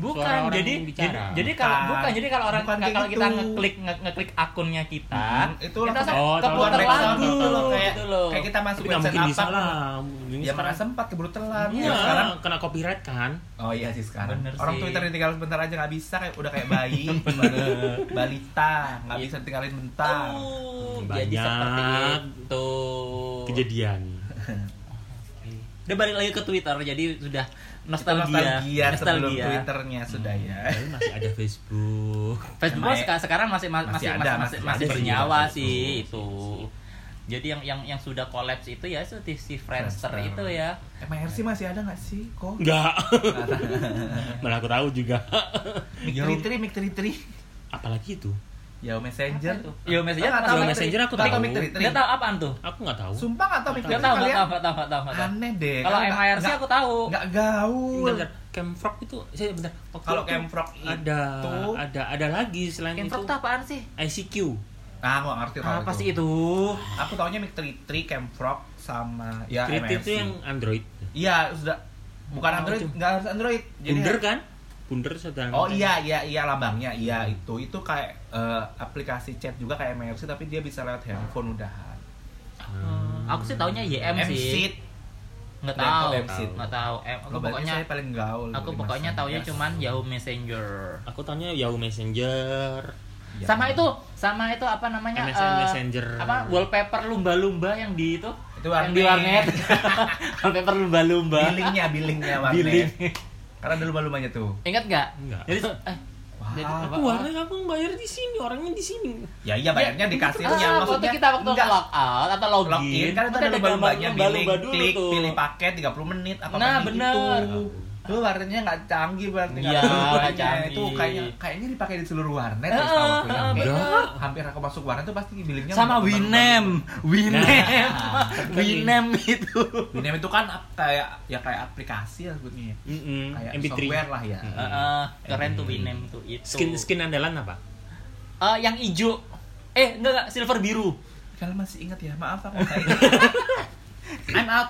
A: Suara
C: bukan
A: orang
C: jadi jadi,
A: bicara.
C: jadi kalau
B: Bukan.
C: bukan jadi kalau orang
B: Bukan kayak
C: kalau kita
B: gitu.
C: ngeklik nge- ngeklik akunnya kita
B: Hmm, itu
C: kita
B: langsung-
C: sampai
A: Oh,
C: keputar
A: tahu, tahu, tahu,
C: lagu
A: tahu, tahu,
B: kayak
C: gitu loh
B: kayak kita masuk
A: Tapi nggak
B: website
A: mungkin bisa
B: apa.
A: lah. Ini
B: Ya mana
A: sekarang-
B: sempat keburu telat.
A: Iya,
B: Ya, sekarang
A: kena copyright kan?
B: Oh iya sih sekarang.
C: Bener
B: Orang
C: sih.
B: Twitter ditinggal sebentar aja nggak bisa kayak udah kayak
A: (laughs)
B: bayi, baru balita, nggak bisa ditinggalin bentar.
C: Oh,
A: Banyak
C: jadi seperti itu.
A: Kejadian.
C: Udah balik lagi ke Twitter, jadi sudah
B: Kita
C: nostalgia.
B: nostalgia sebelum Twitternya
A: Hmm.
B: sudah ya.
A: Padahal masih ada Facebook.
C: Facebook
B: Sama-
C: seka- sekarang masih ma- masih
B: masih
C: masih,
B: ada,
C: masih,
B: masih
C: masih
B: ada sih,
C: bernyawa
A: masih-
C: sih
A: masih-
C: itu.
A: masih.
C: Jadi yang yang yang sudah kolaps itu ya seperti si Friendster
B: Friendster.
C: itu ya.
B: MRC
A: Iya.
B: masih ada nggak sih? Kok?
A: (laughs) Enggak. Malah aku tahu juga.
B: Mik
A: Yo.
B: tri tri mik tri tri.
A: Apalagi itu.
B: Yahoo Messenger.
C: Apa itu? Yahoo Messenger
B: Nggak
C: apa
B: tahu
C: Yahoo
B: Mik Tri-
A: Messenger aku
B: nggak
A: tahu.
B: Mik Tri Tri.
C: Nggak tahu apaan tuh?
A: Aku nggak tahu.
B: Sumpah nggak tahu Mik Tri Tri
C: Nggak tahu, nggak
B: kalian?
C: tahu, nggak tahu, nggak tahu, nggak tahu.
B: Aneh deh.
C: Kalau
B: nggak-
C: MIRC
B: nggak-
C: aku tahu.
B: Nggak gaul.
A: Bentar, bentar. Camp Frog itu saya bentar. Waktu
B: Kalau
A: itu
B: Camp Frog
A: ada
B: itu-
A: ada ada lagi selain
C: Kenfrog
A: itu
C: tuh apaan sih?
A: ICQ.
B: Ah, aku nggak ngerti kalau
C: Apa sih itu?
B: Aku taunya Mik Tri Tri, Camp Frog, sama ya
A: Tweet
B: MRC.
A: itu yang Android.
B: Iya, sudah bukan
A: Apa
B: Android,
A: itu?
B: nggak harus Android. Jadi ya?
A: Bunder kan? Bunder sedang
B: Oh iya iya iya lambangnya iya itu itu kayak eh, aplikasi chat juga kayak MRC tapi dia bisa lewat handphone udahan.
C: Hmm. Aku sih taunya YM sih.
B: Nggak
C: Nggak
B: tahu,
C: tahu.
B: MC.
C: Nggak tahu. Em, aku
B: Lo
C: pokoknya
B: pokoknya saya paling gaul.
C: Aku
B: dari
C: pokoknya
B: Messenger.
C: taunya cuman ya. Yahoo Messenger.
A: Aku tanya Yahoo Messenger.
B: Ya.
C: Sama itu, sama itu apa namanya?
A: MSN
C: eh,
A: Messenger.
C: Apa wallpaper lumba-lumba yang di itu?
B: Itu
C: yang di warnet.
B: warnet.
C: (laughs) wallpaper lumba-lumba.
B: billingnya billingnya warnet
C: Billing.
B: karena ada lumba-lumbanya tuh
C: Ingat nggak?
A: Nggak. (laughs)
C: Jadi
B: oh,
C: eh,
B: Wah.
C: jadi apa?
A: Aku warna aku bayar di sini, orangnya di sini.
B: ya iya bayarnya di kasirnya
C: Ah, waktu
B: maksudnya
C: kita waktu
B: enggak
C: lock out atau login,
B: login kan itu
C: kan
B: ada lumba-lumbanya
C: gambar
B: billing
C: lumba-lumba dulu
B: klik
C: tuh.
B: pilih paket 30 menit apa
C: Nah,
B: kayak
C: bener.
B: gitu itu warnetnya nggak canggih berarti nggak
C: Iya,
B: ada
C: nggak
B: lumba-lumbanya.
C: canggih.
B: itu kayaknya kayaknya dipakai di seluruh warnet
C: Ah,
B: deh setahu aku yang
C: ah,
B: kayak-
C: bener.
B: hampir aku masuk warnet tuh pasti billingnya
C: Sama
B: lumba-lumba.
C: Winem, (laughs) Winem,
B: Nah.
C: Winem itu.
B: Winem itu kan ap- kayak ya kayak aplikasi ya sebutnya ya.
A: Mm-mm,
B: kayak
A: MP3.
B: software lah ya
A: Mm.
C: Eh, eh, keren tuh Winem tuh itu.
A: Skin skin andalan apa?
C: Eh, yang hijau. Eh, enggak enggak silver biru.
B: kalian masih ingat ya maaf aku nggak ingat.
C: I'm out.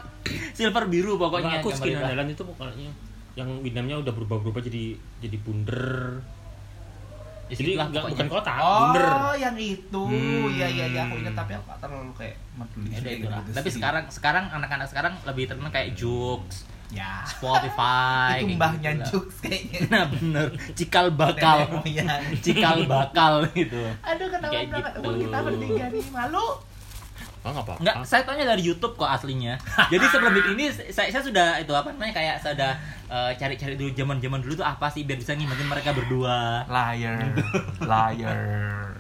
C: Silver biru
A: Pokoknya
C: pokoknya.
A: aku skin
C: gambar itu.
A: andalan itu pokoknya yang Windamnya udah berubah-berubah jadi jadi bunder. Jadi
C: Itulah
A: nggak bukan
C: pokoknya.
A: kota,
B: Oh,
A: bunder.
B: yang itu.
A: Hmm.
B: Iya, iya, iya. Aku ingat tapi aku nggak terlalu kayak peduli
C: Ya,
B: sih
C: ada
B: kayak
C: itu lah.
B: gitu-gitu
C: Tapi
B: sih.
C: sekarang sekarang anak-anak sekarang lebih terkenal kayak Joox,
B: ya.
C: Spotify.
B: itu
C: kayak
B: mbahnya
C: gitu lah.
B: Jux kayaknya.
C: (laughs) Nah bener, cikal bakal,
B: Nenek moyang.
C: cikal bakal gitu.
B: Aduh, kenapa
C: Kayak
B: berangkat
C: gitu.
B: umur kita bertiga nih? Malu.
A: apa-apa, Oh, nggak apa-apa.
C: Enggak, saya taunya dari YouTube kok aslinya. Jadi sebelum ini saya, saya sudah itu apa namanya kayak saya sudah eh, cari-cari dulu zaman-zaman dulu tuh apa sih biar bisa ngimatin mereka berdua.
B: liar liar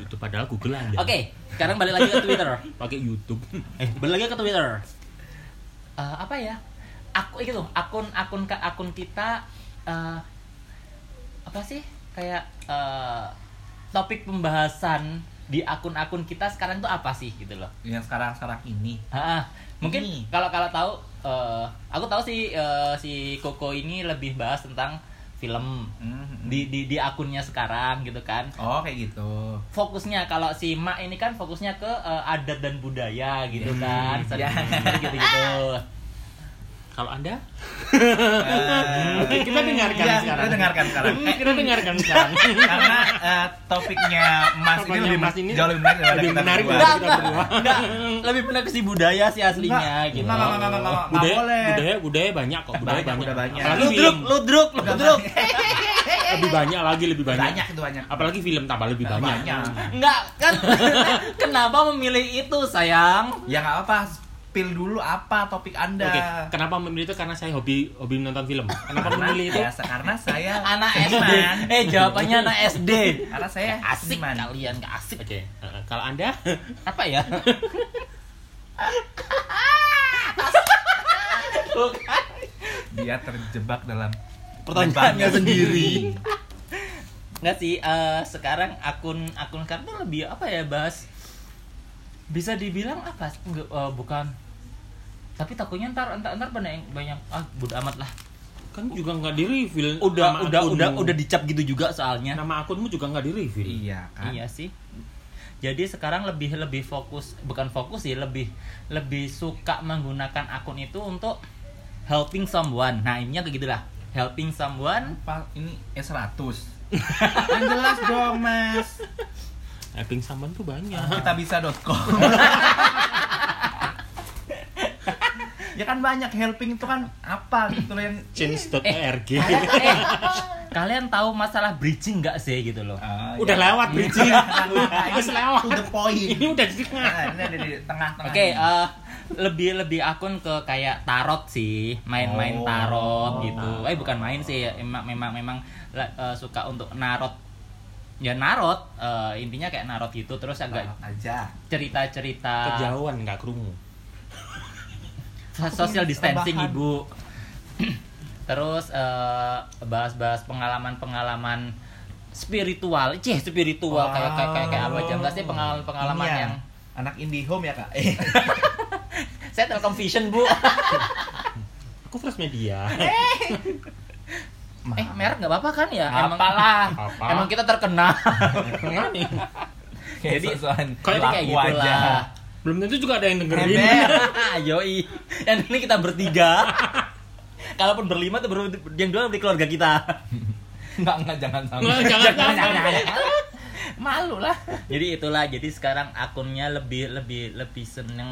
A: Itu padahal Google aja.
C: Oke, sekarang balik lagi ke Twitter.
A: Pakai YouTube.
C: Eh, balik lagi ke Twitter. Eh, apa ya? Aku itu akun akun ka- akun kita eh, apa sih? Kayak eh, topik pembahasan di akun-akun kita sekarang tuh apa sih gitu loh.
B: yang sekarang sekarang ini
C: Ah, mungkin
B: Ini.
C: kalau kalau tahu eh, aku tahu si eh, si Koko ini lebih bahas tentang film
B: Mhm.
C: di di di akunnya sekarang gitu kan.
B: oh kayak gitu
C: Fokusnya kalau si Mak ini kan fokusnya ke eh, adat dan budaya gitu
B: Hmm,
C: kan.
B: ya.
C: gitu (laughs) gitu.
A: Kalau Anda?
B: Eh,
A: Kita dengarkan
B: iya,
A: sekarang.
B: kita dengarkan
A: (laughs)
B: sekarang
A: Hmm, Kita dengarkan sekarang.
B: karena eh, topiknya mas ini
A: Topiknya
B: lebih
A: Mas
B: mas
A: ini
B: jauh lebih menarik daripada
A: lebih
B: kita
A: menarik
B: berdua.
A: daripada
C: Enggak, enggak, enggak. Lebih benar ke si budaya sih aslinya
B: Enggak,
C: gitu.
B: enggak, enggak, enggak, enggak, enggak.
A: budaya,
B: boleh.
A: budaya, budaya banyak kok. Budaya
B: Banyak, udah banyak.
A: Apalagi
C: Ludruk,
A: film
C: ludruk,
B: Udah
C: ludruk.
A: lebih banyak lagi, lebih banyak.
B: (laughs) banyak itu banyak
A: Apalagi film tambah lebih
B: Tambah
A: banyak.
B: banyak.
C: Enggak, kan (laughs) kenapa memilih itu, sayang?
B: ya nggak apa spill dulu apa topik anda
A: Oke, kenapa memilih itu karena saya hobi hobi menonton film. Kenapa
B: Nah. karena,
A: memilih itu?
B: ya, karena saya
C: anak SD.
B: seniman.
C: Eh jawabannya anak SD.
B: karena saya
C: Asik
B: seniman.
C: kalian gak asik.
A: Oke, eh, kalau Anda (laughs)
C: Apa ya? Bukan.
B: dia terjebak dalam
C: Pertanyaannya
B: lubangnya
C: sendiri. Nggak sih, eh, sekarang akun akun sekarang tuh lebih apa ya bahas bisa dibilang apa Nggak, eh, bukan tapi takutnya ntar ntar ntar banyak banyak ah bodo amat lah
A: kan juga nggak di reveal.
C: udah udah udah udah dicap gitu juga soalnya
A: Nama akunmu juga nggak di reveal.
B: iya kan
C: Iya sih. Jadi sekarang lebih lebih fokus bukan fokus sih lebih lebih suka menggunakan akun itu untuk helping someone. Nah, ininya kayak gitulah. Helping
B: (laughs)
C: someone.
B: Apa, ini eh 100 Yang jelas dong mas
A: Epping Samban Eh, tuh banyak.
B: kita bisa.com (laughs) ya kan banyak helping itu kan apa gitu loh yang
A: Change.org.
C: Eh, kalian tahu masalah bridging nggak sih gitu loh?
B: Ah,
A: (laughs) Udah
B: ya.
A: lewat bridging. (laughs) Udah lewat.
B: to the point
A: Ini udah di tengah.
B: Nah, ini ada di tengah-tengah
C: Oke, eh, lebih lebih akun ke kayak tarot sih, main-main
B: Oh.
C: tarot
B: Oh.
C: gitu. Eh bukan main sih, emang memang memang la- eh, suka untuk narot. Ya narot, eh, intinya kayak narot gitu terus agak
B: Tengah aja Ah.
C: cerita-cerita
A: Kejauhan nggak kerungu.
C: So- social distancing
B: Rebahan.
C: ibu (clears throat) terus eh, bahas-bahas pengalaman-pengalaman spiritual cih spiritual
B: Wow.
C: kayak kayak kayak, kayak apa aja enggak sih pengalaman-pengalaman
B: Ini ya,
C: yang
B: anak indie home ya kak Eh, (laughs)
C: saya telkom vision bu
A: Aku fresh
B: (laughs)
A: media.
C: eh merek nggak apa-apa kan ya emang
B: Apalah.
A: Apa?
C: (laughs) emang kita terkenal
A: Nih,
B: jadi soalnya
C: jadi kayak gitulah
A: Belum tentu juga ada yang dengerin.
B: Ember.
C: (laughs) yoi yang ini kita bertiga (laughs) kalaupun berlima tuh baru yang dua dari keluarga kita
B: (laughs) Enggak, enggak, jangan sampai.
A: Nggak,
B: (laughs)
A: jangan sampai.
C: (laughs) malu lah jadi itulah jadi sekarang akunnya lebih lebih lebih seneng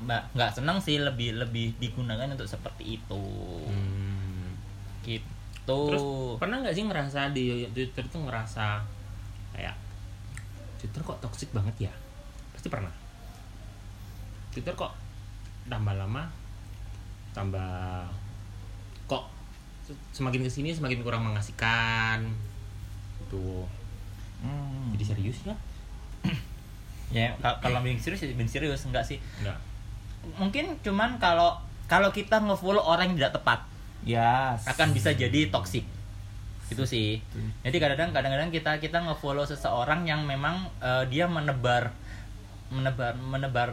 C: mbak nggak seneng sih lebih lebih digunakan untuk seperti itu
A: Hmm.
C: gitu
A: Terus pernah nggak sih ngerasa di Twitter tuh ngerasa kayak Twitter kok toxic banget ya? Pasti pernah. Twitter kok tambah lama tambah kok semakin kesini semakin kurang mengasihkan tuh
B: Hmm.
A: jadi serius ya
C: ya ka- kalau bikin serius ya bikin serius enggak sih
A: enggak
C: mungkin cuman kalau kalau kita ngefollow orang yang tidak tepat
B: Yes.
C: akan bisa
A: Hmm.
C: jadi toksik itu sih jadi kadang-kadang kadang-kadang kita kita ngefollow seseorang yang memang eh, dia menebar menebar menebar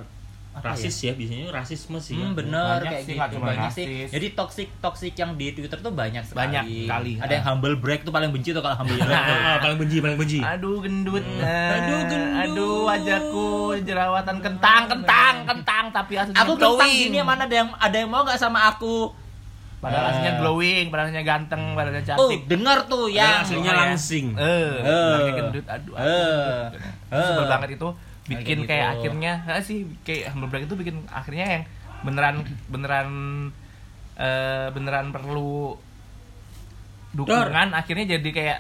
C: apa ya?
A: rasis ya? biasanya rasisme sih
C: Hmm,
A: ya.
C: bener
B: Banyak
C: kayak
B: sih, nggak
C: gitu
B: cuma
C: banyak sih.
B: rasis.
C: Jadi toxic toxic yang di Twitter tuh banyak sekali. nah.
B: Banyak sekali,
C: Ada
B: ah.
C: yang humble break tuh paling benci tuh kalau humble break. (laughs) tuh.
A: Ah, paling benci paling benci
B: Aduh gendut. Eh,
C: Aduh, gendut.
B: Aduh wajahku jerawatan kentang
C: Kentang, kentang,
B: kentang.
C: kentang, tapi aslinya
B: Aku
C: aku kentang
B: glowing.
C: gini mana ada yang ada yang mau nggak sama aku?
B: Padahal
C: Eh.
B: aslinya glowing, padahal aslinya ganteng, padahal aslinya
C: Tuh,
B: cantik.
C: Oh, dengar tuh Nah, yang
A: aslinya
B: Oh, ya.
A: langsing
B: Eh,
C: Eh.
B: lagi gendut. Aduh. aduh,
C: Eh.
B: gendut. Itu Sebel
C: Eh.
B: banget itu bikin
C: Kayak
B: kayak
C: gitu.
B: akhirnya eh sih kayak humble brag itu bikin akhirnya yang beneran beneran eh beneran perlu dukungan akhirnya jadi kayak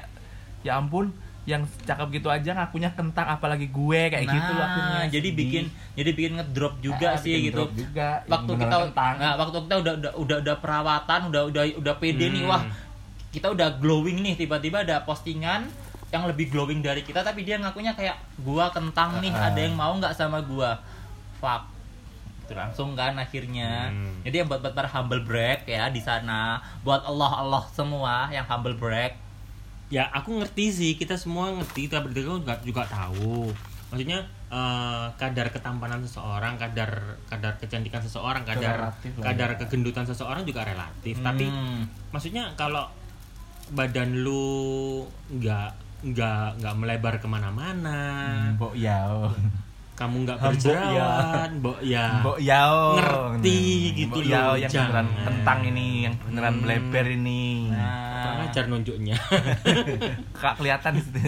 B: ya ampun yang cakep gitu aja ngakunya kentang apalagi gue kayak
C: nah,
B: gitu loh akunnya.
C: jadi
B: Sedih.
C: bikin jadi bikin ngedrop juga
B: Ah,
C: sih
B: bikin
C: gitu
B: drop juga
C: waktu
B: Beneran
C: kita
B: kentang.
C: nah, waktu kita udah udah udah, udah perawatan udah udah udah pede nih wah kita udah glowing nih tiba-tiba ada postingan yang lebih glowing dari kita tapi dia ngakunya kayak gua kentang nih ada yang mau nggak sama gua fuck Itu langsung kan akhirnya
A: Hmm.
C: jadi yang buat buat para humble brag ya di sana buat Allah Allah semua yang humble brag
A: ya aku ngerti sih kita semua ngerti kita berdua juga, juga tahu maksudnya eh, kadar ketampanan seseorang kadar kadar kecantikan seseorang kadar
D: Relatif lah
A: kadar
D: ya.
A: kegendutan seseorang juga relatif tapi
C: Hmm.
A: maksudnya kalau badan lu nggak nggak nggak melebar kemana-mana
B: Mbok yao.
C: ya.
A: kamu nggak
B: Hambok Hmm. ya.
A: berjerawat mbok ya
B: Mbok yao.
A: Ngerti
B: Nah,
A: gitu
B: Mbok
A: loh,
B: yao yang beneran
A: jangan.
B: kentang ini, yang beneran
A: Hmm.
B: bleber ini.
A: Kurang
C: nah
A: ajar nunjuknya
B: (laughs)
A: (laughs)
B: Kak kelihatan di situ.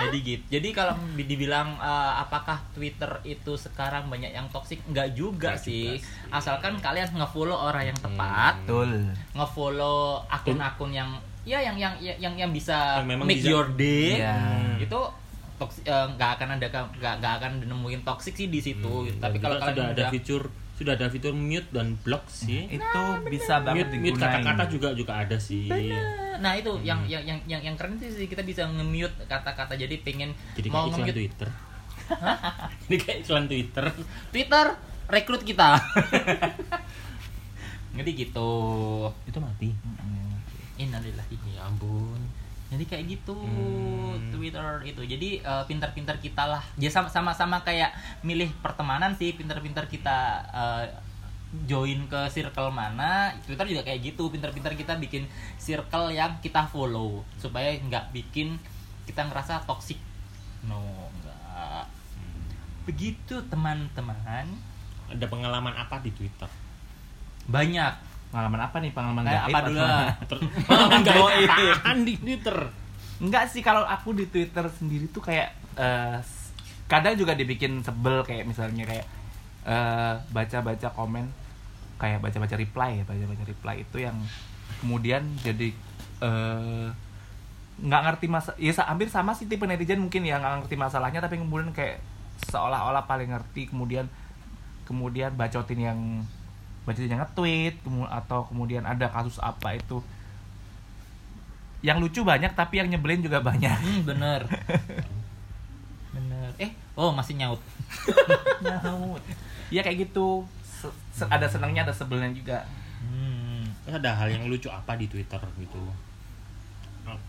C: jadi gitu jadi kalau di- dibilang eh, apakah Twitter itu sekarang banyak yang toksik nggak juga
A: Nggak
C: sih
A: juga sih. Hmm.
C: asalkan kalian ngefollow orang yang tepat
B: Betul.
A: Nah,
C: ngefollow akun-akun yang ya yang yang yang yang, yang bisa
A: Yang memang
C: make
A: bisa-
C: your day
B: Iya.
A: Hmm.
C: itu toksi- eh, nggak akan ada nggak nggak akan nemuin toksik sih di situ gitu. tapi
A: Hmm. Dan
C: kalau
A: juga sudah
C: kalian
A: ada
C: udah
A: fitur sudah ada fitur mute dan block sih
B: Hmm. Itu bisa
A: mute
B: banget
A: mute
B: digunain.
A: kata-kata juga juga ada sih iya.
C: nah itu yang
A: Hmm.
C: yang yang yang yang keren itu sih kita bisa nge-mute kata-kata jadi pengen
A: jadi kayak
C: mau
A: iklan
C: nge-mute
A: Twitter ini kayak iklan Twitter
C: Twitter rekrut kita jadi gitu
A: itu mati
C: innalillahi
A: ya ampun
C: jadi kayak gitu
A: Hmm.
C: Twitter itu jadi eh, pintar-pintar kita lah ya sama sama sama kayak milih pertemanan sih pintar-pintar kita eh, join ke circle mana Twitter juga kayak gitu pintar-pintar kita bikin circle yang kita follow supaya nggak bikin kita ngerasa toxic no enggak begitu teman-teman
A: ada pengalaman apa di Twitter
C: banyak
B: Pengalaman apa nih? Pengalaman
C: Nah,
B: gaib
C: apa dulu lah?
A: (laughs) Ter- pengalaman gak apaan di Twitter
B: Enggak sih kalau aku di Twitter sendiri tuh kayak eh, s- kadang juga dibikin sebel kayak misalnya kayak eh, baca-baca komen kayak baca-baca reply ya baca-baca reply itu yang kemudian jadi eh, nggak ngerti masa ya sa- hampir sama sih tipe netizen mungkin ya nggak ngerti masalahnya tapi kemudian kayak seolah-olah paling ngerti kemudian kemudian bacotin yang bacotin yang nge-tweet kemu- atau kemudian ada kasus apa itu yang lucu banyak tapi yang nyebelin juga banyak
A: (laughs)
C: hmm, bener bener eh oh masih nyaut
B: nyaut Iya kayak gitu Se- se- ada senangnya ada sebelnya juga
C: Hmm.
A: Terus ada hal yang lucu apa di Twitter gitu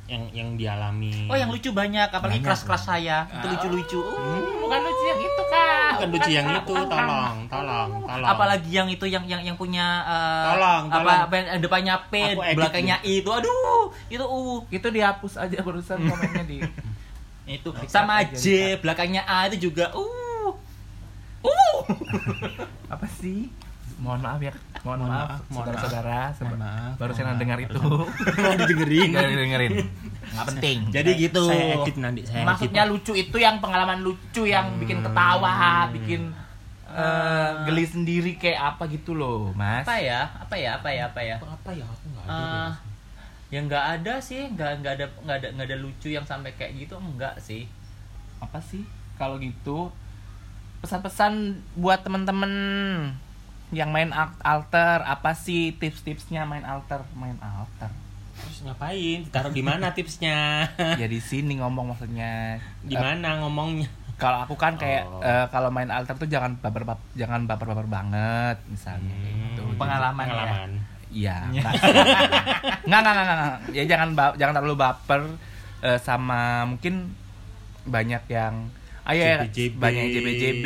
A: yang yang dialami
C: Oh yang lucu banyak, apalagi
B: Banyak.
C: keras-keras saya
A: Ah.
C: Itu lucu-lucu
A: Hmm.
C: Uh,
B: bukan lucu yang itu kak
A: bukan lucu yang itu tolong tolong tolong
C: Ah, Apalagi yang itu yang yang yang punya eh,
A: Tolong,
C: apa
A: tolong.
C: apa yang depannya P,
A: Aku edit
C: belakangnya I itu. Aduh, itu uh
B: itu dihapus aja barusan komennya
A: (laughs)
B: di
C: itu sama
B: Cut aja,
C: J, belakangnya A itu juga uh. Uh.
B: apa sih mohon maaf ya mohon, maaf,
A: maaf, mohon
B: saudara-saudara Seba-
A: maaf,
B: barusan
A: mohon maaf.
B: dengar itu
A: mau (laughs) didengerin
B: Jangan dengerin nggak penting
C: Jadi gitu.
A: saya edit nanti saya edit.
B: maksudnya lucu itu yang pengalaman lucu yang
C: Hmm.
B: bikin ketawa bikin eh, geli sendiri kayak apa gitu loh mas
C: Apa ya? Apa ya? Apa ya? Apa ya?
A: apa ya aku nggak ada
C: Eh, ya nggak ada sih, nggak nggak ada nggak ada nggak ada lucu yang sampai kayak gitu enggak sih.
B: apa sih kalau gitu pesan-pesan buat temen-temen yang main al- alter apa sih tips-tipsnya main alter main
C: (laughs)
B: alter
A: terus ngapain taruh di mana (laughs) tipsnya
B: ya di sini ngomong maksudnya
A: di mana ngomongnya
B: Eh, kalau aku kan kayak
A: Oh.
B: eh, kalau main alter tuh jangan baper bap- jangan baper-baper banget misalnya
A: Hmm,
B: gitu.
C: Pengalaman ya.
A: pengalaman
B: Iya. nggak nggak nggak nggak, nggak. Ya jangan ba- jangan terlalu baper eh, sama mungkin banyak yang ayo ya,
A: JBJB.
B: banyak yang JBJB,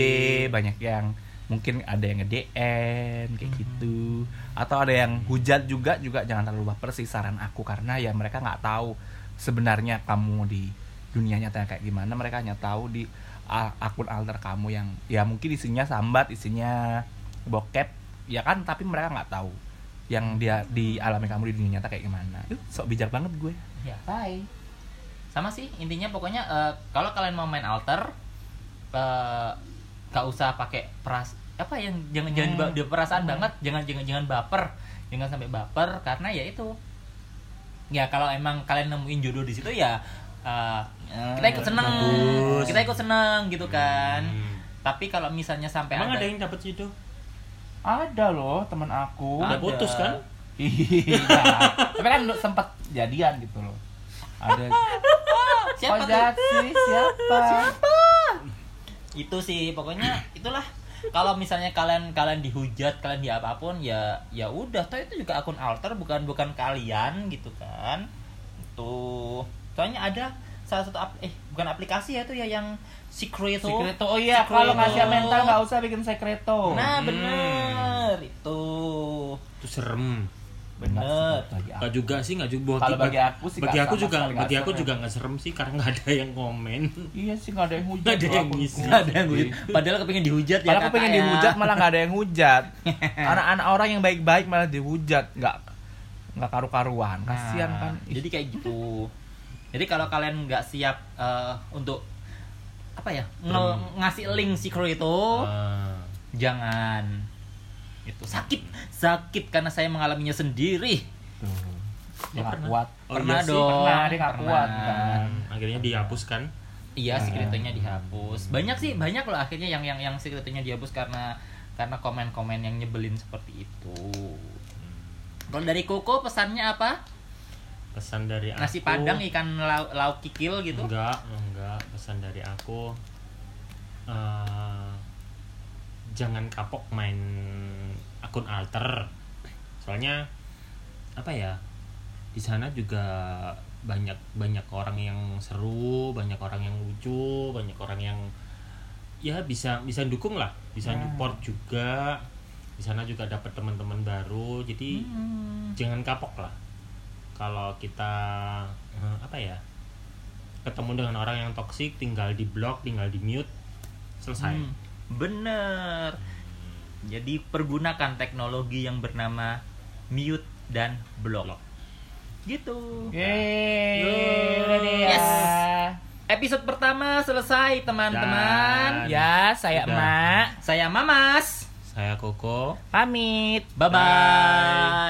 B: banyak yang mungkin ada yang nge-DM kayak gitu atau ada yang hujat juga juga jangan terlalu baper sih saran aku karena ya mereka nggak tahu sebenarnya kamu di dunia nyata kayak gimana mereka hanya tahu di a- akun alter kamu yang ya mungkin isinya sambat isinya bokep ya kan tapi mereka nggak tahu yang dia dialami kamu di dunia nyata kayak gimana Ih, sok bijak banget gue
C: ya bye sama sih intinya pokoknya eh, kalau kalian mau main alter eh, nggak usah pakai peras apa yang jangan jangan diba- di perasaan banget jangan jangan jangan baper jangan sampai baper karena ya itu ya kalau emang kalian nemuin jodoh di situ ya eh, kita ikut seneng
A: Bagus.
C: kita ikut seneng gitu kan
A: Hmm.
C: tapi kalau misalnya sampai
A: Emang ada
C: ada,
A: yang dapat situ?
B: Ada loh teman aku.
A: Udah
C: Ada.
A: putus kan?
B: (laughs) Iya. Tapi kan lu sempet jadian gitu loh. Ada.
C: siapa
B: oh,
C: tuh?
B: Jatsi, siapa?
C: itu sih pokoknya (clears throat) itulah kalau misalnya kalian kalian dihujat kalian di apapun ya ya udah toh itu juga akun alter bukan bukan kalian gitu kan tuh soalnya ada salah satu ap- eh bukan aplikasi ya tuh ya yang secret
B: Secreto. Oh iya, kalau ngasih mental nggak usah bikin secreto.
C: nah
A: Hmm.
C: bener itu
A: Itu serem.
C: bener
B: Bagi aku.
A: Gak juga sih, gak juga.
B: Kalau bagi aku sih
A: bagi
B: nggak
A: aku
B: sama ya.
A: juga,
B: sekali
A: bagi
B: nggak
A: aku
B: serem.
A: juga nggak serem sih karena (laughs) nggak ada yang komen.
B: Iya sih nggak ada yang hujat.
A: Nggak ada
B: loh
A: yang
B: akunku.
A: ngisi.
C: Nggak ada yang hujat padahal kepengen dihujat ya
B: Malah aku pengen
C: kakak Iya, ya.
B: dihujat malah nggak ada yang
C: (laughs)
B: hujat. Anak-anak orang yang baik-baik malah dihujat, nggak nggak karu-karuan. Kasihan
C: Nah,
B: kan.
C: jadi kayak gitu jadi kalau kalian nggak siap eh, untuk apa ya nge-
A: Hmm.
C: ngasih link secret itu
B: Oh. Eh.
A: Ah.
C: jangan itu sakit sakit karena saya mengalaminya sendiri
B: Tuh.
A: Ya,
B: Dia nggak
A: pernah.
B: kuat.
A: Oh,
C: pernah
A: iya sih,
C: dong
B: pernah, dia nggak
C: pernah.
B: kuat kan. Nah.
A: Akhirnya dihapuskan.
C: iya secretnya dihapus banyak sih banyak loh akhirnya yang yang yang secretnya dihapus karena karena komen-komen yang nyebelin seperti itu kalau dari Koko pesannya apa
A: Pesan dari
B: Ya
A: aku.
C: nasi padang ikan lau- lauk kikil gitu
A: Enggak, enggak. Pesan dari aku. eh, jangan kapok main akun alter. Soalnya apa ya? Di sana juga banyak banyak orang yang seru, banyak orang yang lucu, banyak orang yang ya bisa bisa dukung lah, bisa
C: Ya.
A: support juga. Di sana juga dapat teman-teman baru. Jadi
C: Hmm.
A: jangan kapok lah kalau kita eh, apa ya ketemu dengan orang yang toksik tinggal di blok tinggal di mute selesai
C: Hmm, bener. Jadi pergunakan teknologi yang bernama mute dan block. Gitu.
B: Yeay.
A: Yeay.
B: ready ya.
C: Yes. Episode pertama selesai teman-teman.
A: Dan-
B: Ya, saya
A: Sudah.
B: emak
C: Saya Mamas.
A: saya koko
B: pamit.
C: Bye bye.